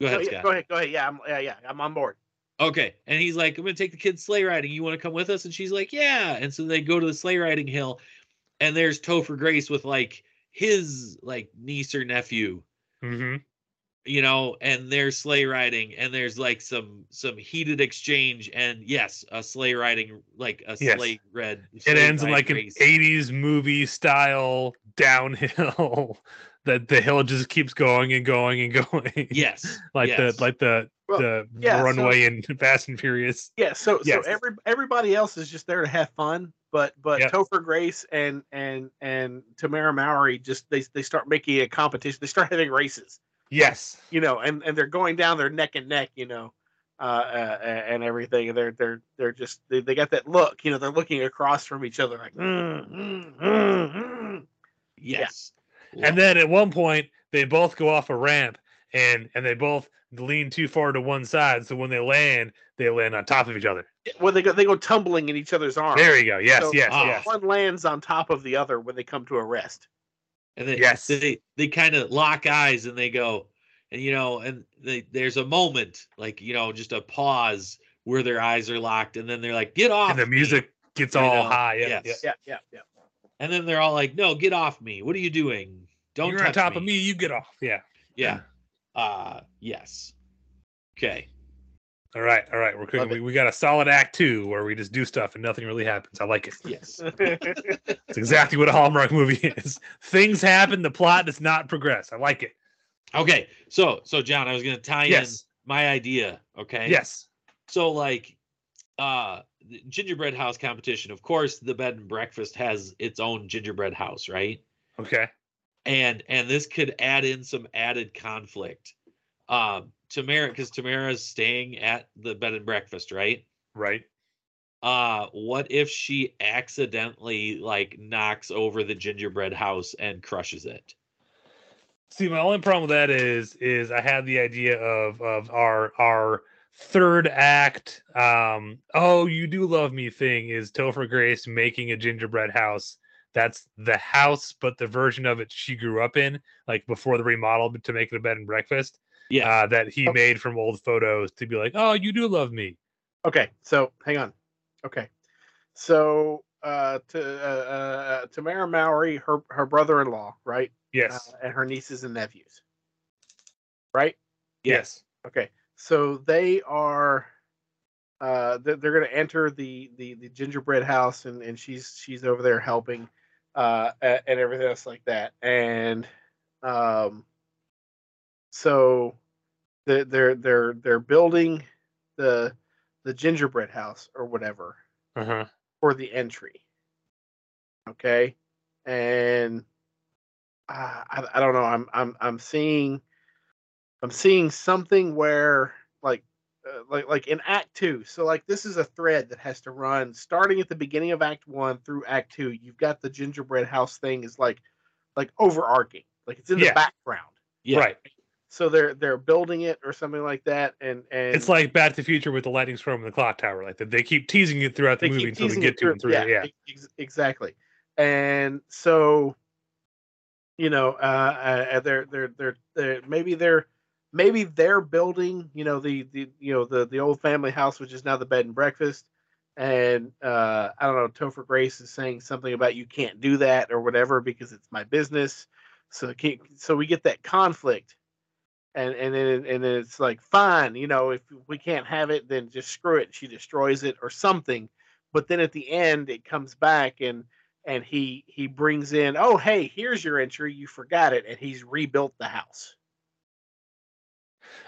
S7: Go
S8: Go,
S7: ahead,
S8: Oh, yeah,
S7: Scott.
S8: go ahead. Go ahead. Yeah, I'm, yeah, yeah. I'm on board.
S7: Okay, and he's like, I'm gonna take the kids sleigh riding. You want to come with us? And she's like, yeah. And so they go to the sleigh riding hill, and there's Topher Grace with like his like niece or nephew
S5: hmm
S7: you know and they're sleigh riding and there's like some some heated exchange and yes a sleigh riding like a
S5: Yes.
S7: sleigh red
S5: It
S7: sleigh
S5: ends in
S7: ride
S5: like an
S7: race.
S5: 80s movie style downhill that the hill just keeps going and going and going.
S7: yes
S5: like
S7: yes.
S5: the like the
S8: Well,
S5: the
S8: yeah, so-
S5: runway in Fast and Furious.
S8: Yeah, so
S5: Yes.
S8: so every everybody else is just there to have fun, but but
S5: Yep.
S8: Topher Grace and and and Tamara Mowry just they they start making a competition. They start having races,
S5: Yes.
S8: you know, and and they're going down there neck and neck, you know, uh, uh and everything. And they're they're they're just they, they got that look, you know, they're looking across from each other like. "Mm, mm, mm, mm."
S7: yes
S5: And then at one point, they both go off a ramp and and they both lean too far to one side. So when they land, they land on top of each other.
S8: Well, they go they go tumbling in each other's arms.
S5: There you go. Yes,
S8: So-
S5: yes,
S7: Ah.
S5: yes.
S8: One lands on top of the other when they come to a rest.
S7: and then
S5: Yes.
S7: they they kind of lock eyes and they go and you know and they, there's a moment like you know just a pause where their eyes are locked and then they're like get off
S5: And the
S7: me."
S5: music gets
S7: You
S5: all
S7: know,
S5: high. Yeah,
S7: yes.
S8: Yeah, yeah, yeah.
S7: and then they're all like no get off me what are you doing
S5: yeah.
S7: don't
S5: You're
S7: touch
S5: on top of me. You get off. Yeah.
S7: yeah uh yes okay
S5: All right. All right. We're cooking.
S8: Love it.
S5: We, we got a solid act two where we just do stuff and nothing really happens. I like it.
S7: yes
S5: It's exactly what a Hallmark movie is. Things happen. The plot does not progress. I like it.
S7: Okay, so so John, I was gonna tie
S5: Yes.
S7: in my idea. Okay.
S5: Yes.
S7: So like, uh, the gingerbread house competition. Of course, the bed and breakfast has its own gingerbread house, right?
S5: Okay.
S7: And and this could add in some added conflict. Um, Tamara, because Tamara's staying at the bed and breakfast, right?
S5: Right.
S7: Uh, what if she accidentally like knocks over the gingerbread house and crushes it?
S5: See, my only problem with that is is I had the idea of of our our third act um oh you do love me thing is Topher Grace making a gingerbread house. That's the house, but the version of it she grew up in, like before the remodel to make it a bed and breakfast.
S7: Yes.
S5: Uh, that he made from old photos to be like, oh, you do love me.
S8: Okay, so hang on. Okay. So uh, to uh, uh, Tamara Mowry, her her brother-in-law, right,
S5: Yes.
S8: uh, and her nieces and nephews, right?
S5: yes.
S8: Okay, so they are. Uh, they're, they're going to enter the, the the gingerbread house, and, and she's she's over there helping, uh, a- and everything else like that. And, um, so, they're they're they're, they're building the the gingerbread house or whatever,
S5: Uh huh.
S8: for the entry. Okay, and uh, I I don't know. I'm I'm I'm seeing I'm seeing something where like uh, like like in Act Two. So like this is a thread that has to run starting at the beginning of Act One through Act Two. You've got the gingerbread house thing is like like overarching. Like it's in
S5: Yeah.
S8: the background.
S7: Yeah.
S5: Right.
S8: So they're they're building it or something like that. And and
S5: It's like Back to the Future with the lightning storm and the clock tower. Like that, they keep teasing it throughout the
S8: They
S5: movie
S8: keep
S5: until we
S8: teasing
S5: get
S8: it
S5: to it. Through, yeah, yeah.
S8: ex- exactly. And so, you know, uh, uh, they're, they're they're they're maybe they're maybe they're building, you know, the the you know the the old family house, which is now the bed and breakfast. And uh, I don't know, Topher Grace is saying something about you can't do that or whatever because it's my business. So it can't, so we get that conflict. And, and then and then it's like fine, you know, if we can't have it, then just screw it. She destroys it or something but then at the end it comes back and and he he brings in oh hey here's your entry you forgot it and he's rebuilt the house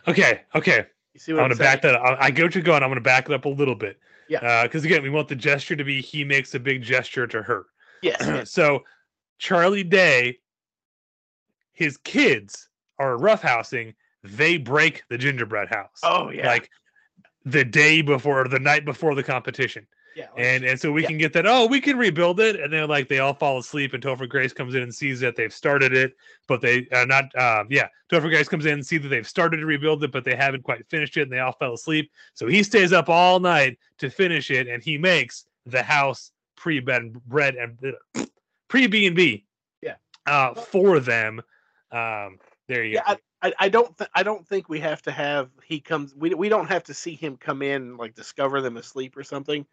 S5: Okay, okay.
S8: you see
S5: I'm
S8: what i'm,
S5: gonna
S8: saying
S5: back that. Up. I I get what you're going. I'm gonna back it up a little bit.
S8: Yeah.
S5: Because again, we want the gesture to be he makes a big gesture to her.
S8: yes yes
S5: so Charlie Day, his kids are roughhousing. They break the gingerbread house.
S8: oh yeah
S5: Like the day before, or the night before the competition.
S8: yeah like-
S5: and and so we
S8: Yeah.
S5: can get that. Oh, we can rebuild it, and then like they all fall asleep, and Topher Grace comes in and sees that they've started it, but they are not. Um, yeah, Topher Grace comes in and see that they've started to rebuild it, but they haven't quite finished it, and they all fell asleep. So he stays up all night to finish it, and he makes the house pre bed and bread and pre B and B.
S8: Yeah.
S5: uh, for them. Um, there you
S8: yeah
S5: go.
S8: I, I, I don't th- i don't think we have to have he comes we, we don't have to see him come in and like discover them asleep or something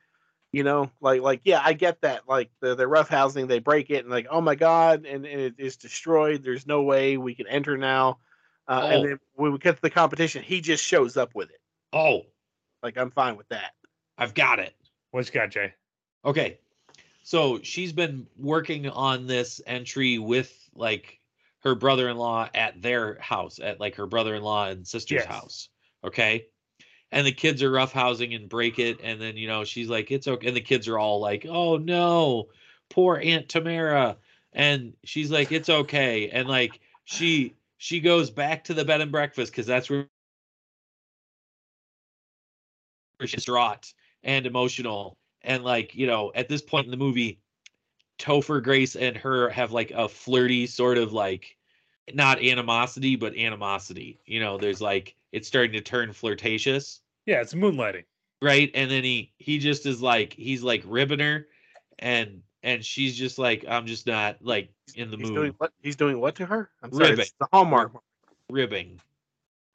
S8: you know like like yeah i get that like the, the rough housing they break it and like oh my god and, and it is destroyed there's no way we can enter now uh,
S7: Oh.
S8: and then when we get to the competition he just shows up with it
S7: Oh,
S8: Like I'm fine with that.
S7: I've got it.
S5: what you got, Jay?
S7: Okay. So she's been working on this entry with like her brother in law at their house, at like her brother in law and sister's
S5: Yes.
S7: house. Okay. And the kids are roughhousing and break it. And then, you know, she's like, it's okay. And the kids are all like, oh no, poor Aunt Tamara. And she's like, it's okay. And like she she goes back to the bed and breakfast because that's where she's distraught and emotional. And like, you know, at this point in the movie, Topher Grace and her have like a flirty sort of like not animosity, but animosity. You know, there's like it's starting to turn flirtatious,
S5: Yeah, it's moonlighting.
S7: right? And then he he just is like he's like ribbing her and and she's just like, I'm just not like in the
S8: he's doing
S7: mood.
S8: what? He's doing what to her? I'm sorry.
S7: Ribbing.
S8: It's the hallmark. mark.
S7: Ribbing.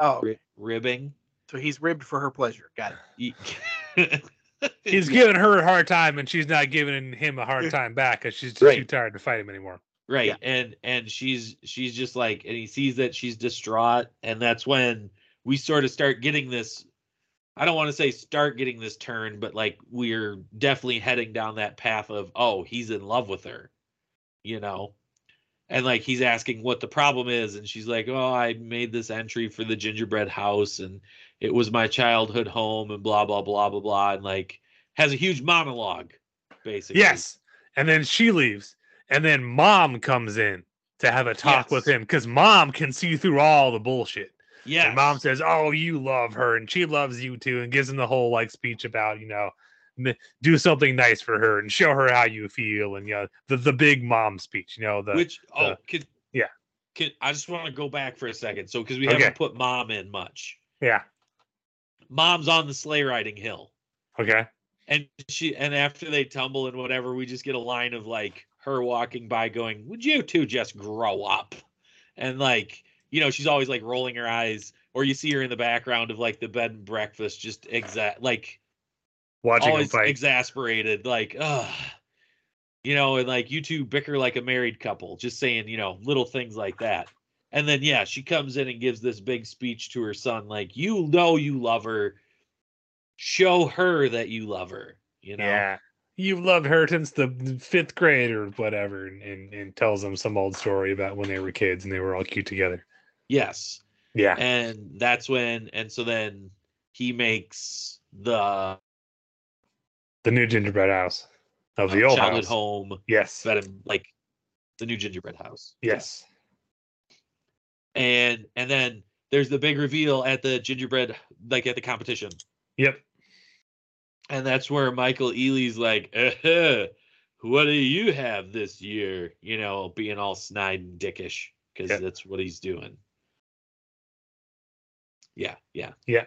S8: Oh,
S7: Ri- ribbing.
S8: so he's ribbed for her pleasure. Got it.
S7: Ye-
S5: He's giving her a hard time, and she's not giving him a hard time back because she's just too
S7: Right.
S5: tired to fight him anymore.
S7: right
S8: Yeah.
S7: and and she's she's just like and he sees that she's distraught and that's when we sort of start getting this i don't want to say start getting this turn but like we're definitely heading down that path of oh he's in love with her you know and like he's asking what the problem is and she's like oh i made this entry for the gingerbread house and it was my childhood home and blah blah blah blah blah and like has a huge monologue basically
S5: Yes. And then she leaves. And then mom comes in to have a talk with
S7: Yes.
S5: him because mom can see through all the bullshit.
S7: yeah
S5: And mom says, Oh, you love her. And she loves you too. And gives him the whole like speech about, you know, m- do something nice for her and show her how you feel. And, you know, the, the big mom speech, you know, the.
S7: Which oh,
S5: the-
S7: could
S5: uh, yeah.
S7: Could I just want to go back for a second? So because we
S5: Okay.
S7: haven't put mom in much.
S5: yeah.
S7: Mom's on the sleigh riding hill,
S5: Okay.
S7: and she and after they tumble and whatever, we just get a line of like her walking by, going, "Would you two just grow up?" And like you know, she's always like rolling her eyes, or you see her in the background of like the bed and breakfast, just exact like
S5: watching him
S7: always
S5: fight.
S7: exasperated, like, ugh. You know, and like you two bicker like a married couple, just saying, you know, little things like that. And then yeah, she comes in and gives this big speech to her son, like, you know you love her. Show her that you love her, you know.
S5: Yeah. You've loved her since the fifth grade or whatever, and, and, and tells them some old story about when they were kids and they were all cute together.
S7: Yes.
S5: Yeah.
S7: and that's when and so then he makes the
S5: the new gingerbread house of
S7: uh,
S5: the old
S7: childhood
S5: house.
S7: home
S5: Yes.
S7: that I'm- like the new gingerbread house
S5: Yes.
S7: and and then there's the big reveal at the gingerbread like at the competition
S5: Yep.
S7: and that's where michael ealy's like uh what do you have this year you know being all snide and dickish because
S5: Yeah.
S7: that's what he's doing yeah yeah
S5: Yeah.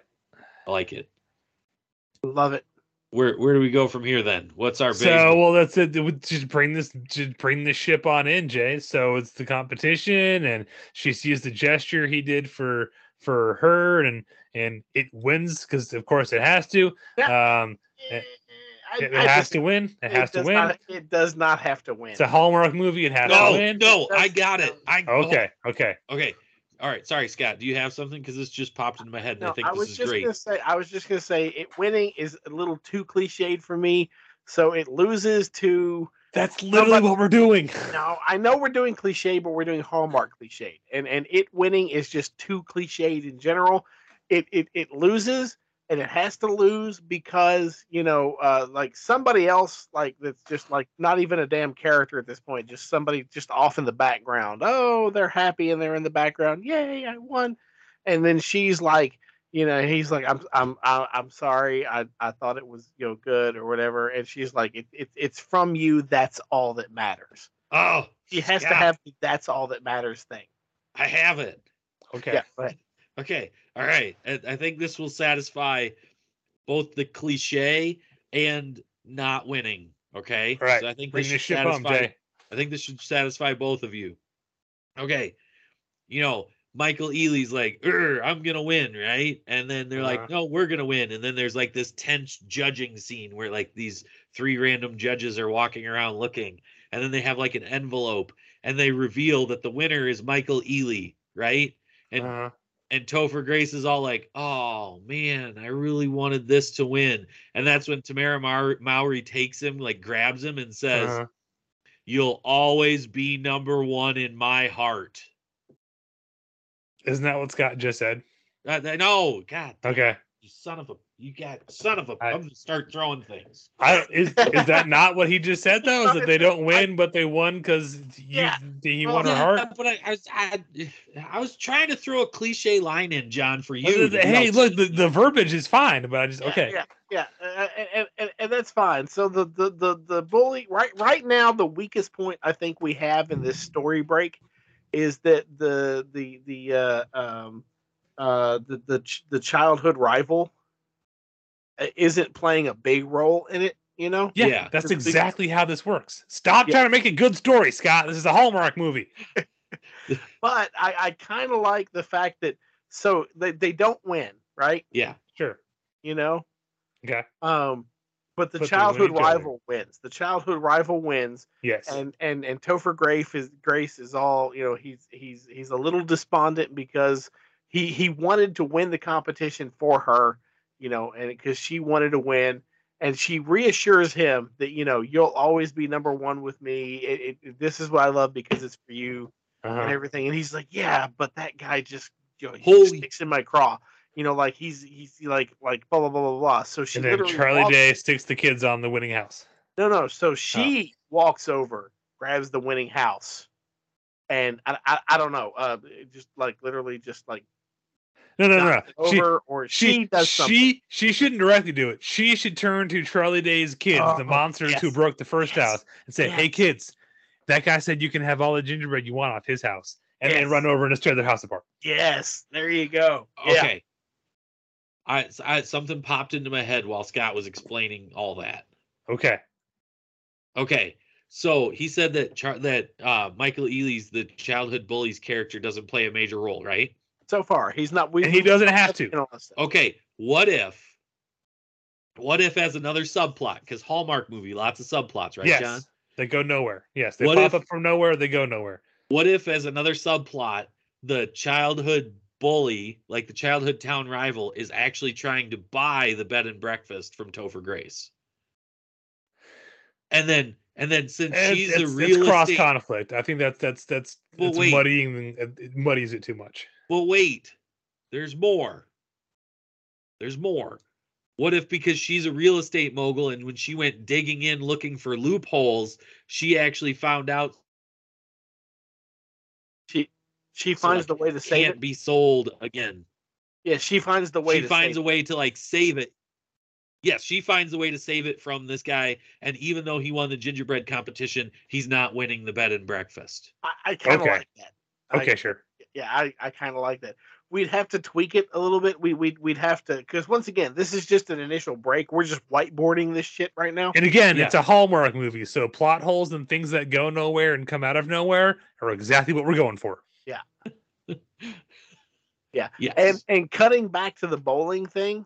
S7: i like it
S8: Love it.
S7: where where do we go from here then what's our base
S5: So well, that's it. We Just bring this, just bring this ship on in, Jay. So it's the competition, and she sees the gesture he did for for her, and and it wins because of course it has to. Um,
S8: Eh, I-
S5: it, it
S8: I
S5: has
S8: just-
S5: to win. It
S8: it
S5: has to
S8: does
S5: win.
S8: not- it does not have to win.
S5: It's a Hallmark movie. It has
S7: no,
S5: to win.
S7: no,
S8: That's-
S7: I got it. I
S5: um, Okay. Okay.
S7: oh, okay. All right. Sorry, Scott. Do you have something? Because this just popped into my head, and I think
S8: was
S7: this is
S8: just
S7: great.
S8: gonna say. I was just gonna say it. Winning is a little too cliched for me. So it loses to.
S5: That's literally what we're doing.
S8: No, I know we're doing cliche, but we're doing Hallmark cliche, and and it winning is just too cliched in general. It it it loses, and it has to lose because you know, uh, like somebody else, like that's just like not even a damn character at this point, just somebody just off in the background. Oh, they're happy and they're in the background. Yay, I won! And then she's like. You know, he's like, I'm, I'm, I- I'm sorry. I, I thought it was, you know, good or whatever. And she's like, it, it, it's from you. That's all that matters
S7: Oh,
S8: she has to
S7: Scott,
S8: have the that's all that matters thing.
S7: I have it.
S5: Okay.
S8: Yeah, but
S7: Okay. All right. I, I think this will satisfy both the cliche and not winning. Okay.
S5: All right.
S7: So I think
S5: Bring
S7: this
S5: this
S7: should
S5: ship home,
S7: satisfy-
S5: Jay.
S7: I think this should satisfy both of you. Okay. You know, Michael Ealy's like, "Er, I'm gonna win, right? And then they're like,
S5: Uh-huh.
S7: no, we're gonna win. And then there's like this tense judging scene where like these three random judges are walking around looking, and then they have like an envelope and they reveal that the winner is Michael Ealy, right? And
S5: Uh-huh.
S7: and Topher Grace is all like, "Oh man, I really wanted this to win," and that's when Tamara Mowry, Mowry takes him, like grabs him, and says,
S5: Uh-huh.
S7: "You'll always be number one in my heart."
S5: Isn't that what Scott just said?
S7: Uh, th- no, God,
S5: Okay.
S7: you son of a, you got son of a.
S5: I-
S7: am gonna start throwing things.
S5: I don't, is is that not what he just said though? Is that they don't win, but they won because you
S8: Yeah.
S5: he
S8: Well,
S5: won her
S7: Yeah,
S5: heart.
S7: but I, I was I, I was trying to throw a cliche line in, John, for you.
S5: Other
S7: to
S5: than-
S7: be
S5: hey,
S7: all
S5: look, the,
S7: cheeky.
S5: the verbiage is fine, but I just
S8: yeah,
S5: okay.
S8: yeah, yeah, uh, and, and, and, and that's fine. So the, the the the bully right right now the weakest point I think we have in this story break is that the the the uh, um uh the the ch- the childhood rival uh, isn't playing a big role in it. You know,
S5: Yeah,
S7: Yeah.
S5: that's
S8: It's-
S5: exactly how this works. Stop
S8: Yeah.
S5: trying to make a good story, Scott. This is a Hallmark movie.
S8: but I I kind of like the fact that so they they don't win right.
S7: yeah,
S5: Sure.
S8: You know,
S5: Okay.
S8: Um, but
S5: But they
S8: the
S5: win
S8: childhood
S5: each other.
S8: rival wins. The childhood rival wins,
S5: Yes.
S8: and and and Topher Grace is Grace is all you know. He's he's he's a little despondent because he he wanted to win the competition for her, you know, and because she wanted to win, and she reassures him that you know you'll always be number one with me. It, it- it, this is what I love because it's for you and
S5: Uh-huh.
S8: everything. And he's like, yeah, but that guy just you know, he
S7: Holy-
S8: sticks in my craw. You know, like he's he's like like blah blah blah blah blah. So she
S5: And then
S8: literally
S5: Charlie
S8: walks-
S5: Day sticks the kids on the winning house.
S8: No, no. So
S5: Uh-huh.
S8: she walks over, grabs the winning house, and I I, I don't know. Uh, just like literally, just like
S5: No, no, no. no.
S8: knocks it
S5: She,
S8: over or she,
S5: she
S8: does something.
S5: she she shouldn't directly do it. She should turn to Charlie Day's kids,
S8: Oh,
S5: the monsters who
S8: yes.
S5: broke the first
S8: Yes.
S5: house, and say, "Hey,
S8: Yes.
S5: kids, that guy said you can have all the gingerbread you want off his house," and then
S8: Yes.
S5: run over and just tear their house apart.
S8: Yes, there you go. Yeah.
S7: okay. I, I something popped into my head while Scott was explaining all that.
S5: Okay.
S7: Okay. So he said that Char- that uh, Michael Ealy's the childhood bully's character doesn't play a major role, right?
S8: So far, he's not. We,
S5: And he
S8: we-
S5: doesn't have to.
S8: you know, listen.
S7: Okay. What if What if as another subplot? Because Hallmark movie, lots of subplots, right,
S5: yes,
S7: John?
S5: they go nowhere. Yes, they
S7: What
S5: pop
S7: if-
S5: up from nowhere. They go nowhere.
S7: What if as another subplot, the childhood bully, like the childhood town rival, is actually trying to buy the bed and breakfast from Topher Grace? And then and then since
S5: And
S7: she's
S5: it's,
S7: the
S5: it's
S7: real
S5: cross
S7: estate
S5: conflict. I think that's that's that's
S7: Well,
S5: it's
S7: wait.
S5: muddying it muddies it too much.
S7: But wait, there's more. There's more. What if because she's a real estate mogul and when she went digging in looking for loopholes, she actually found out
S8: She she
S7: So,
S8: finds
S7: like,
S8: the way to save
S7: can't
S8: it.
S7: be sold again?
S8: Yeah, she finds the way
S7: She
S8: to
S7: finds
S8: save
S7: a way to like save it. Yes, she finds a way to save it from this guy. And even though he won the gingerbread competition, he's not winning the bed and breakfast.
S8: it. I, I kind of
S5: Okay.
S8: like that. I-
S5: Okay, sure.
S8: yeah, I, I kind of like that. We'd have to tweak it a little bit. We we'd we'd have to because once again, this is just an initial break. We're just whiteboarding this shit right now.
S5: And again,
S7: Yeah.
S5: it's a Hallmark movie, so plot holes and things that go nowhere and come out of nowhere are exactly what we're going for.
S7: Yes.
S8: And and cutting back to the bowling thing,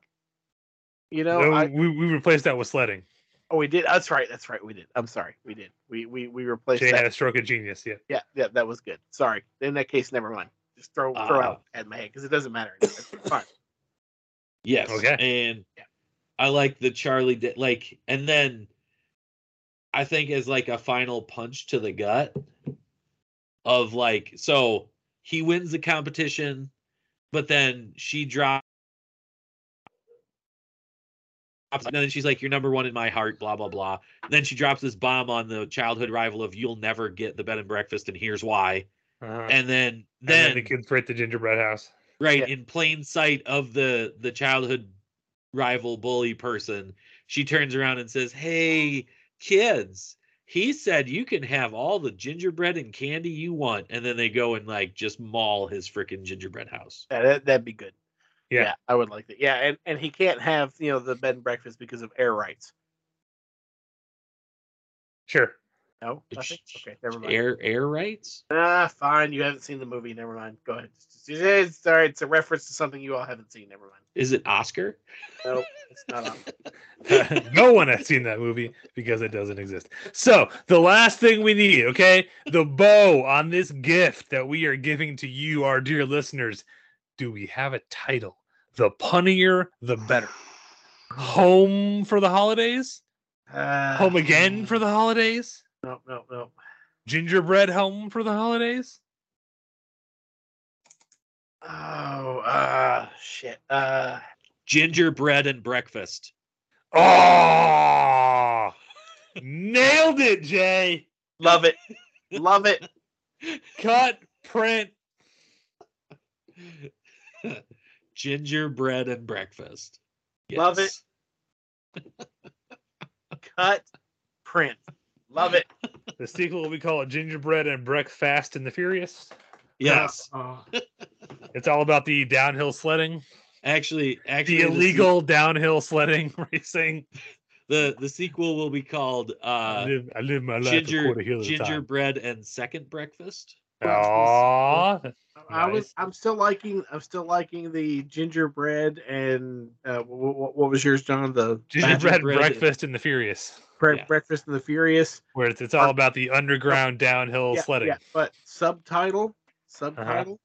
S8: you know,
S5: No,
S8: I,
S5: we, we replaced that with sledding.
S8: oh we did. That's right. That's right. We did. I'm sorry. We did. We we we replaced
S5: Jay
S8: that.
S5: had a stroke of genius. Yeah.
S8: Yeah, yeah, that was good. Sorry. In that case, never mind. Just throw
S5: Uh.
S8: throw out at my head because it doesn't matter. anymore. It's fine.
S7: Yes.
S5: Okay.
S7: And
S8: Yeah.
S7: I like the Charlie Di- like and then I think as like a final punch to the gut of like so he wins the competition but then she drops and then she's like you're number 1 in my heart blah blah blah. And then she drops this bomb on the childhood rival of you'll never get the bed and breakfast and here's why.
S5: Uh-huh.
S7: And then
S5: And then
S7: then
S5: the kids were at the gingerbread house.
S7: right
S8: Yeah.
S7: in plain sight of the the childhood rival bully person she turns around and says hey kids he said you can have all the gingerbread and candy you want and then they go and like just maul his freaking gingerbread house
S8: Yeah, that, that'd be good.
S5: Yeah.
S8: I would like that. Yeah, and, and he can't have you know the bed and breakfast because of air rights.
S5: Sure.
S8: No, nothing? okay, never mind.
S7: air air rights
S8: Ah, fine. You haven't seen the movie. Never mind. Go ahead. It's, it's- all right. It's a reference to something you all haven't seen. Never mind.
S7: is it oscar
S8: No, it's not on.
S5: no one has seen that movie because it doesn't exist. So, the last thing we need, okay? The bow on this gift that we are giving to you, our dear listeners. Do we have a title? The punnier, the better. Home for the holidays?
S8: Uh,
S5: Home again for the holidays?
S8: No, no, no.
S5: Gingerbread home for the holidays?
S8: Oh, ah, shit. Uh,
S7: gingerbread and breakfast
S5: Oh, nailed it, Jay.
S8: love it. love it.
S5: Cut, print.
S7: gingerbread and breakfast
S8: Love it. Cut. Print. Love it.
S5: The sequel will be called Gingerbread and Breakfast and the Furious.
S7: yes
S8: Oh,
S5: It's all about the downhill sledding,
S7: actually actually
S5: the
S7: se-
S5: illegal downhill sledding racing.
S7: the the sequel will be called
S5: I,
S7: uh
S5: live, I live my life a
S7: ginger
S5: quarter hill at a time.
S7: gingerbread and second breakfast
S5: Aw,
S8: I was. I'm still liking. I'm still liking the gingerbread and uh, what, what was yours, John? The
S5: gingerbread
S7: Gingerbread-
S5: breakfast and the furious,
S8: Bre-
S7: Yeah.
S8: Breakfast and the Furious.
S5: where it's, it's all about the underground downhill
S8: Yeah,
S5: sledding.
S8: yeah, but subtitle, subtitle,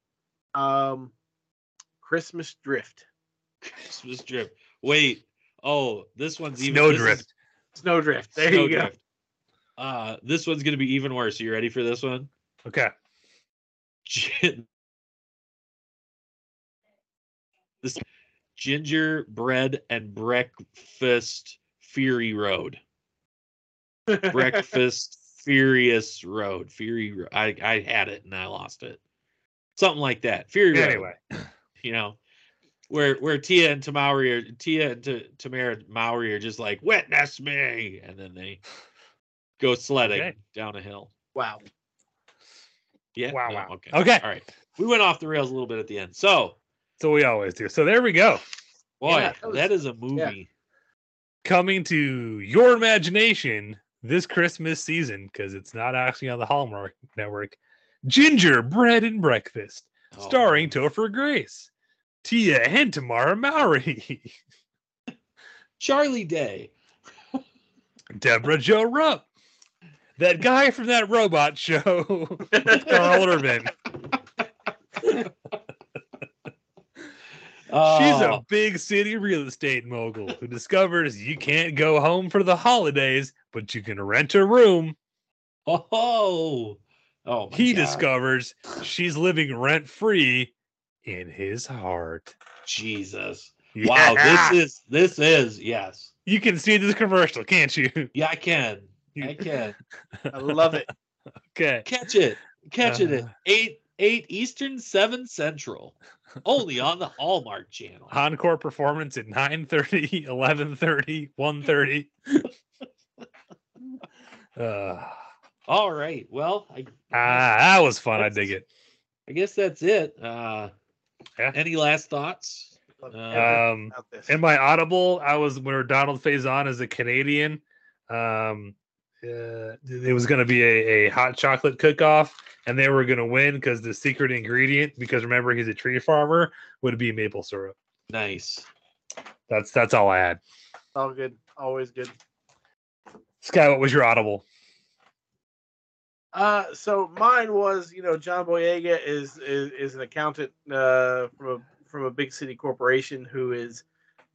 S8: um, Christmas Drift,
S7: christmas drift wait oh this one's even this is-
S5: Snowdrift.
S8: Snow Drift. There you go.
S7: Snowdrift. uh this one's gonna be even worse you ready for this one
S5: Okay.
S7: Gin- this gingerbread and breakfast fury road breakfast furious road fury Ro- i i had it and i lost it something like that fury road
S5: Anyway,
S7: you know, where where Tia and Tamari are Tia and T- Tamara Maori are just like witness me, and then they go sledding
S5: Okay.
S7: down a hill.
S8: Wow.
S7: Yeah.
S5: Wow,
S7: no,
S5: wow.
S7: Okay.
S5: Okay.
S7: All right. We went off the rails a little bit at the end. So,
S5: so we always do. So there we go.
S7: boy,
S8: Yeah, that was-
S7: that is a movie.
S5: coming to your imagination this Christmas season because it's not actually on the Hallmark Network. Gingerbread and Breakfast,
S7: Oh,
S5: starring Topher Grace, Tia and Tamara Mowry,
S7: Charlie Day.
S5: Deborah Joe Rupp. That guy from that robot show, Carl Urban. She's a
S7: Oh,
S5: big city real estate mogul who discovers you can't go home for the holidays, but you can rent a room.
S7: oh, oh my
S5: He
S7: God.
S5: discovers she's living rent free in his heart.
S7: Jesus. Wow,
S5: Yeah!
S7: this is this is yes.
S5: you can see this commercial, can't you?
S7: Yeah, I can. I
S5: You-
S7: can
S8: I love it.
S5: okay.
S7: catch it. Catch it at
S5: Uh.
S7: eight eight Eastern, seven Central, only on the Hallmark Channel.
S5: Encore performance at 9:30, 11:30, 1:30. uh,
S7: All right. Well, I
S5: ah, that was fun. I dig it.
S7: I guess that's it. Uh,
S5: Yeah.
S7: Any last thoughts?
S8: Love
S7: Uh,
S8: everything
S5: Um,
S8: about this.
S5: in my audible i was where donald faison is a canadian um uh, it was going to be a, a hot chocolate cook off and they were going to win because the secret ingredient because remember he's a tree farmer would be maple syrup
S7: Nice.
S5: that's that's all i had
S8: It's all good. Always good.
S5: sky what was your audible
S8: Uh, so mine was, you know, John Boyega is is, is an accountant uh, from a, from a big city corporation who is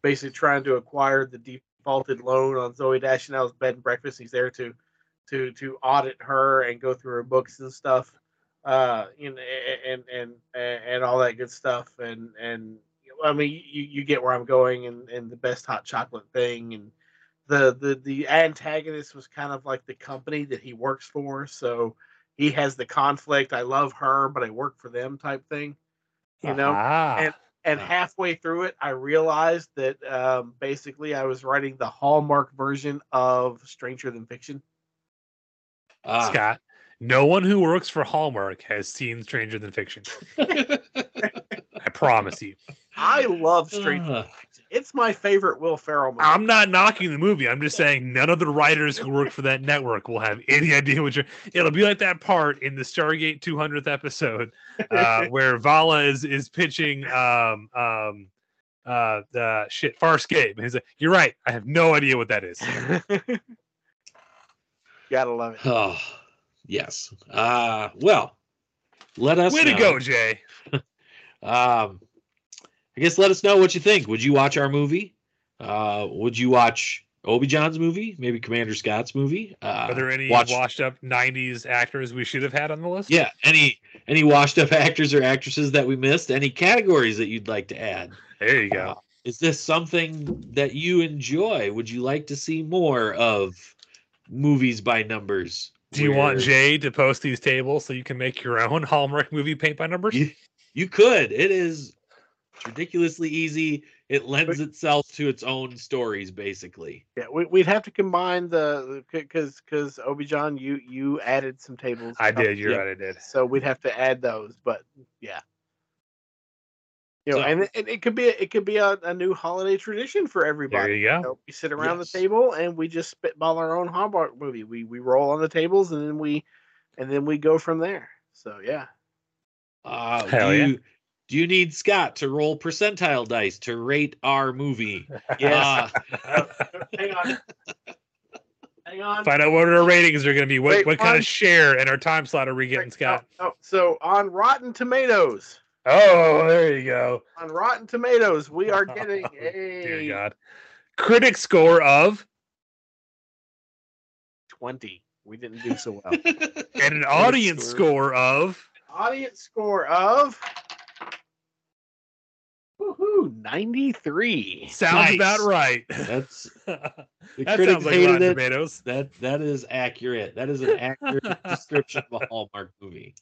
S8: basically trying to acquire the defaulted loan on Zoe Dashanel's bed and breakfast. He's there to to to audit her and go through her books and stuff, uh, you know, and and and and all that good stuff. And and I mean, you, you get where I'm going, and and the best hot chocolate thing, and the the the antagonist was kind of like the company that he works for so he has the conflict i love her but i work for them type thing you know
S5: Ah,
S8: and
S7: Yeah.
S8: halfway through it i realized that um, basically i was writing the hallmark version of stranger than fiction uh,
S7: Ah.
S5: scott no one who works for hallmark has seen stranger than fiction i promise you
S8: i love stranger
S7: Ah.
S8: it's my favorite will ferrell movie
S5: Uh. i'm not knocking the movie i'm just saying none of the writers who work for that network will have any idea what you're it'll be like that part in the stargate 200th episode uh, where Vala is is pitching um um uh uh shit Farscape. And he's like, You're right, I have no idea what that is.
S8: gotta love it
S7: Oh, yes. Uh, well, let us
S5: Way to
S7: know.
S5: go, Jay.
S7: Um, I guess let us know what you think. Would you watch our movie? Uh, would you watch Obi John's movie? Maybe Commander Scott's movie? Uh,
S5: Are there any
S7: watch-
S5: washed up nineties actors we should have had on the list?
S7: yeah, any any washed up actors or actresses that we missed? Any categories that you'd like to add?
S5: There you go.
S7: Uh, is this something that you enjoy? Would you like to see more of movies by numbers?
S5: Do you want
S7: where-
S5: Jay to post these tables so you can make your own Hallmark movie paint by numbers?
S7: You, you could. It is it's ridiculously easy. It lends itself to its own stories, basically.
S8: yeah we, we'd have to combine the because because obi john you you added some tables
S5: I did, you're
S7: Yeah.
S5: right, I did.
S8: so we'd have to add those but yeah you know
S7: So-
S8: and, it- and it could be it could be a, a new holiday tradition for
S5: There
S8: everybody
S5: you go.
S8: You know, we sit around
S7: Yes.
S8: the table and we just spitball our own Hallmark movie we we roll on the tables and then we and then we go from there so yeah
S7: Uh,
S5: Hell
S7: do
S5: yeah.
S7: you do you need Scott to roll percentile dice to rate our movie?
S8: yes
S7: Uh,
S8: hang on hang on
S5: Find out what our ratings are gonna be. What
S8: Wait,
S5: what kind
S8: one-
S5: of share and our time slot are we getting,
S8: Right,
S5: Scott?
S8: oh, oh, so on rotten tomatoes
S5: Oh, there you go.
S8: on rotten tomatoes we are getting
S5: Dear
S8: a
S5: God. Critic score of
S8: 20 we didn't do so well
S5: and an audience
S7: score.
S5: score of
S8: audience score of woohoo 93
S5: sounds
S7: Nice.
S5: about right.
S7: that's
S5: that
S7: the critics
S5: sounds like
S7: hated
S5: Rotten
S7: it.
S5: Tomatoes.
S7: That that is accurate. That is an accurate description of a Hallmark movie.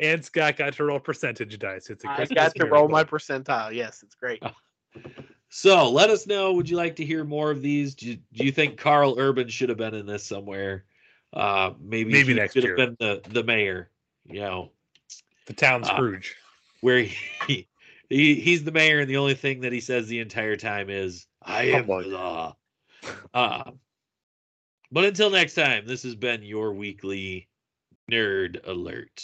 S5: And Scott got to roll percentage dice. It's a
S8: i
S5: Christmas
S8: got to
S5: miracle.
S8: roll my percentile yes it's great
S7: So let us know. Would you like to hear more of these? Do you, do you think Carl Urban should have been in this somewhere? Uh, maybe
S5: Maybe
S7: he
S5: next
S7: should
S5: year.
S7: have been the the mayor. You know
S5: the town
S7: Ah.
S5: Scrooge.
S7: where he, he he's the mayor, and the only thing that he says the entire time is "I am the
S5: Humbug.
S7: law." Uh, but until next time, this has been your weekly nerd alert.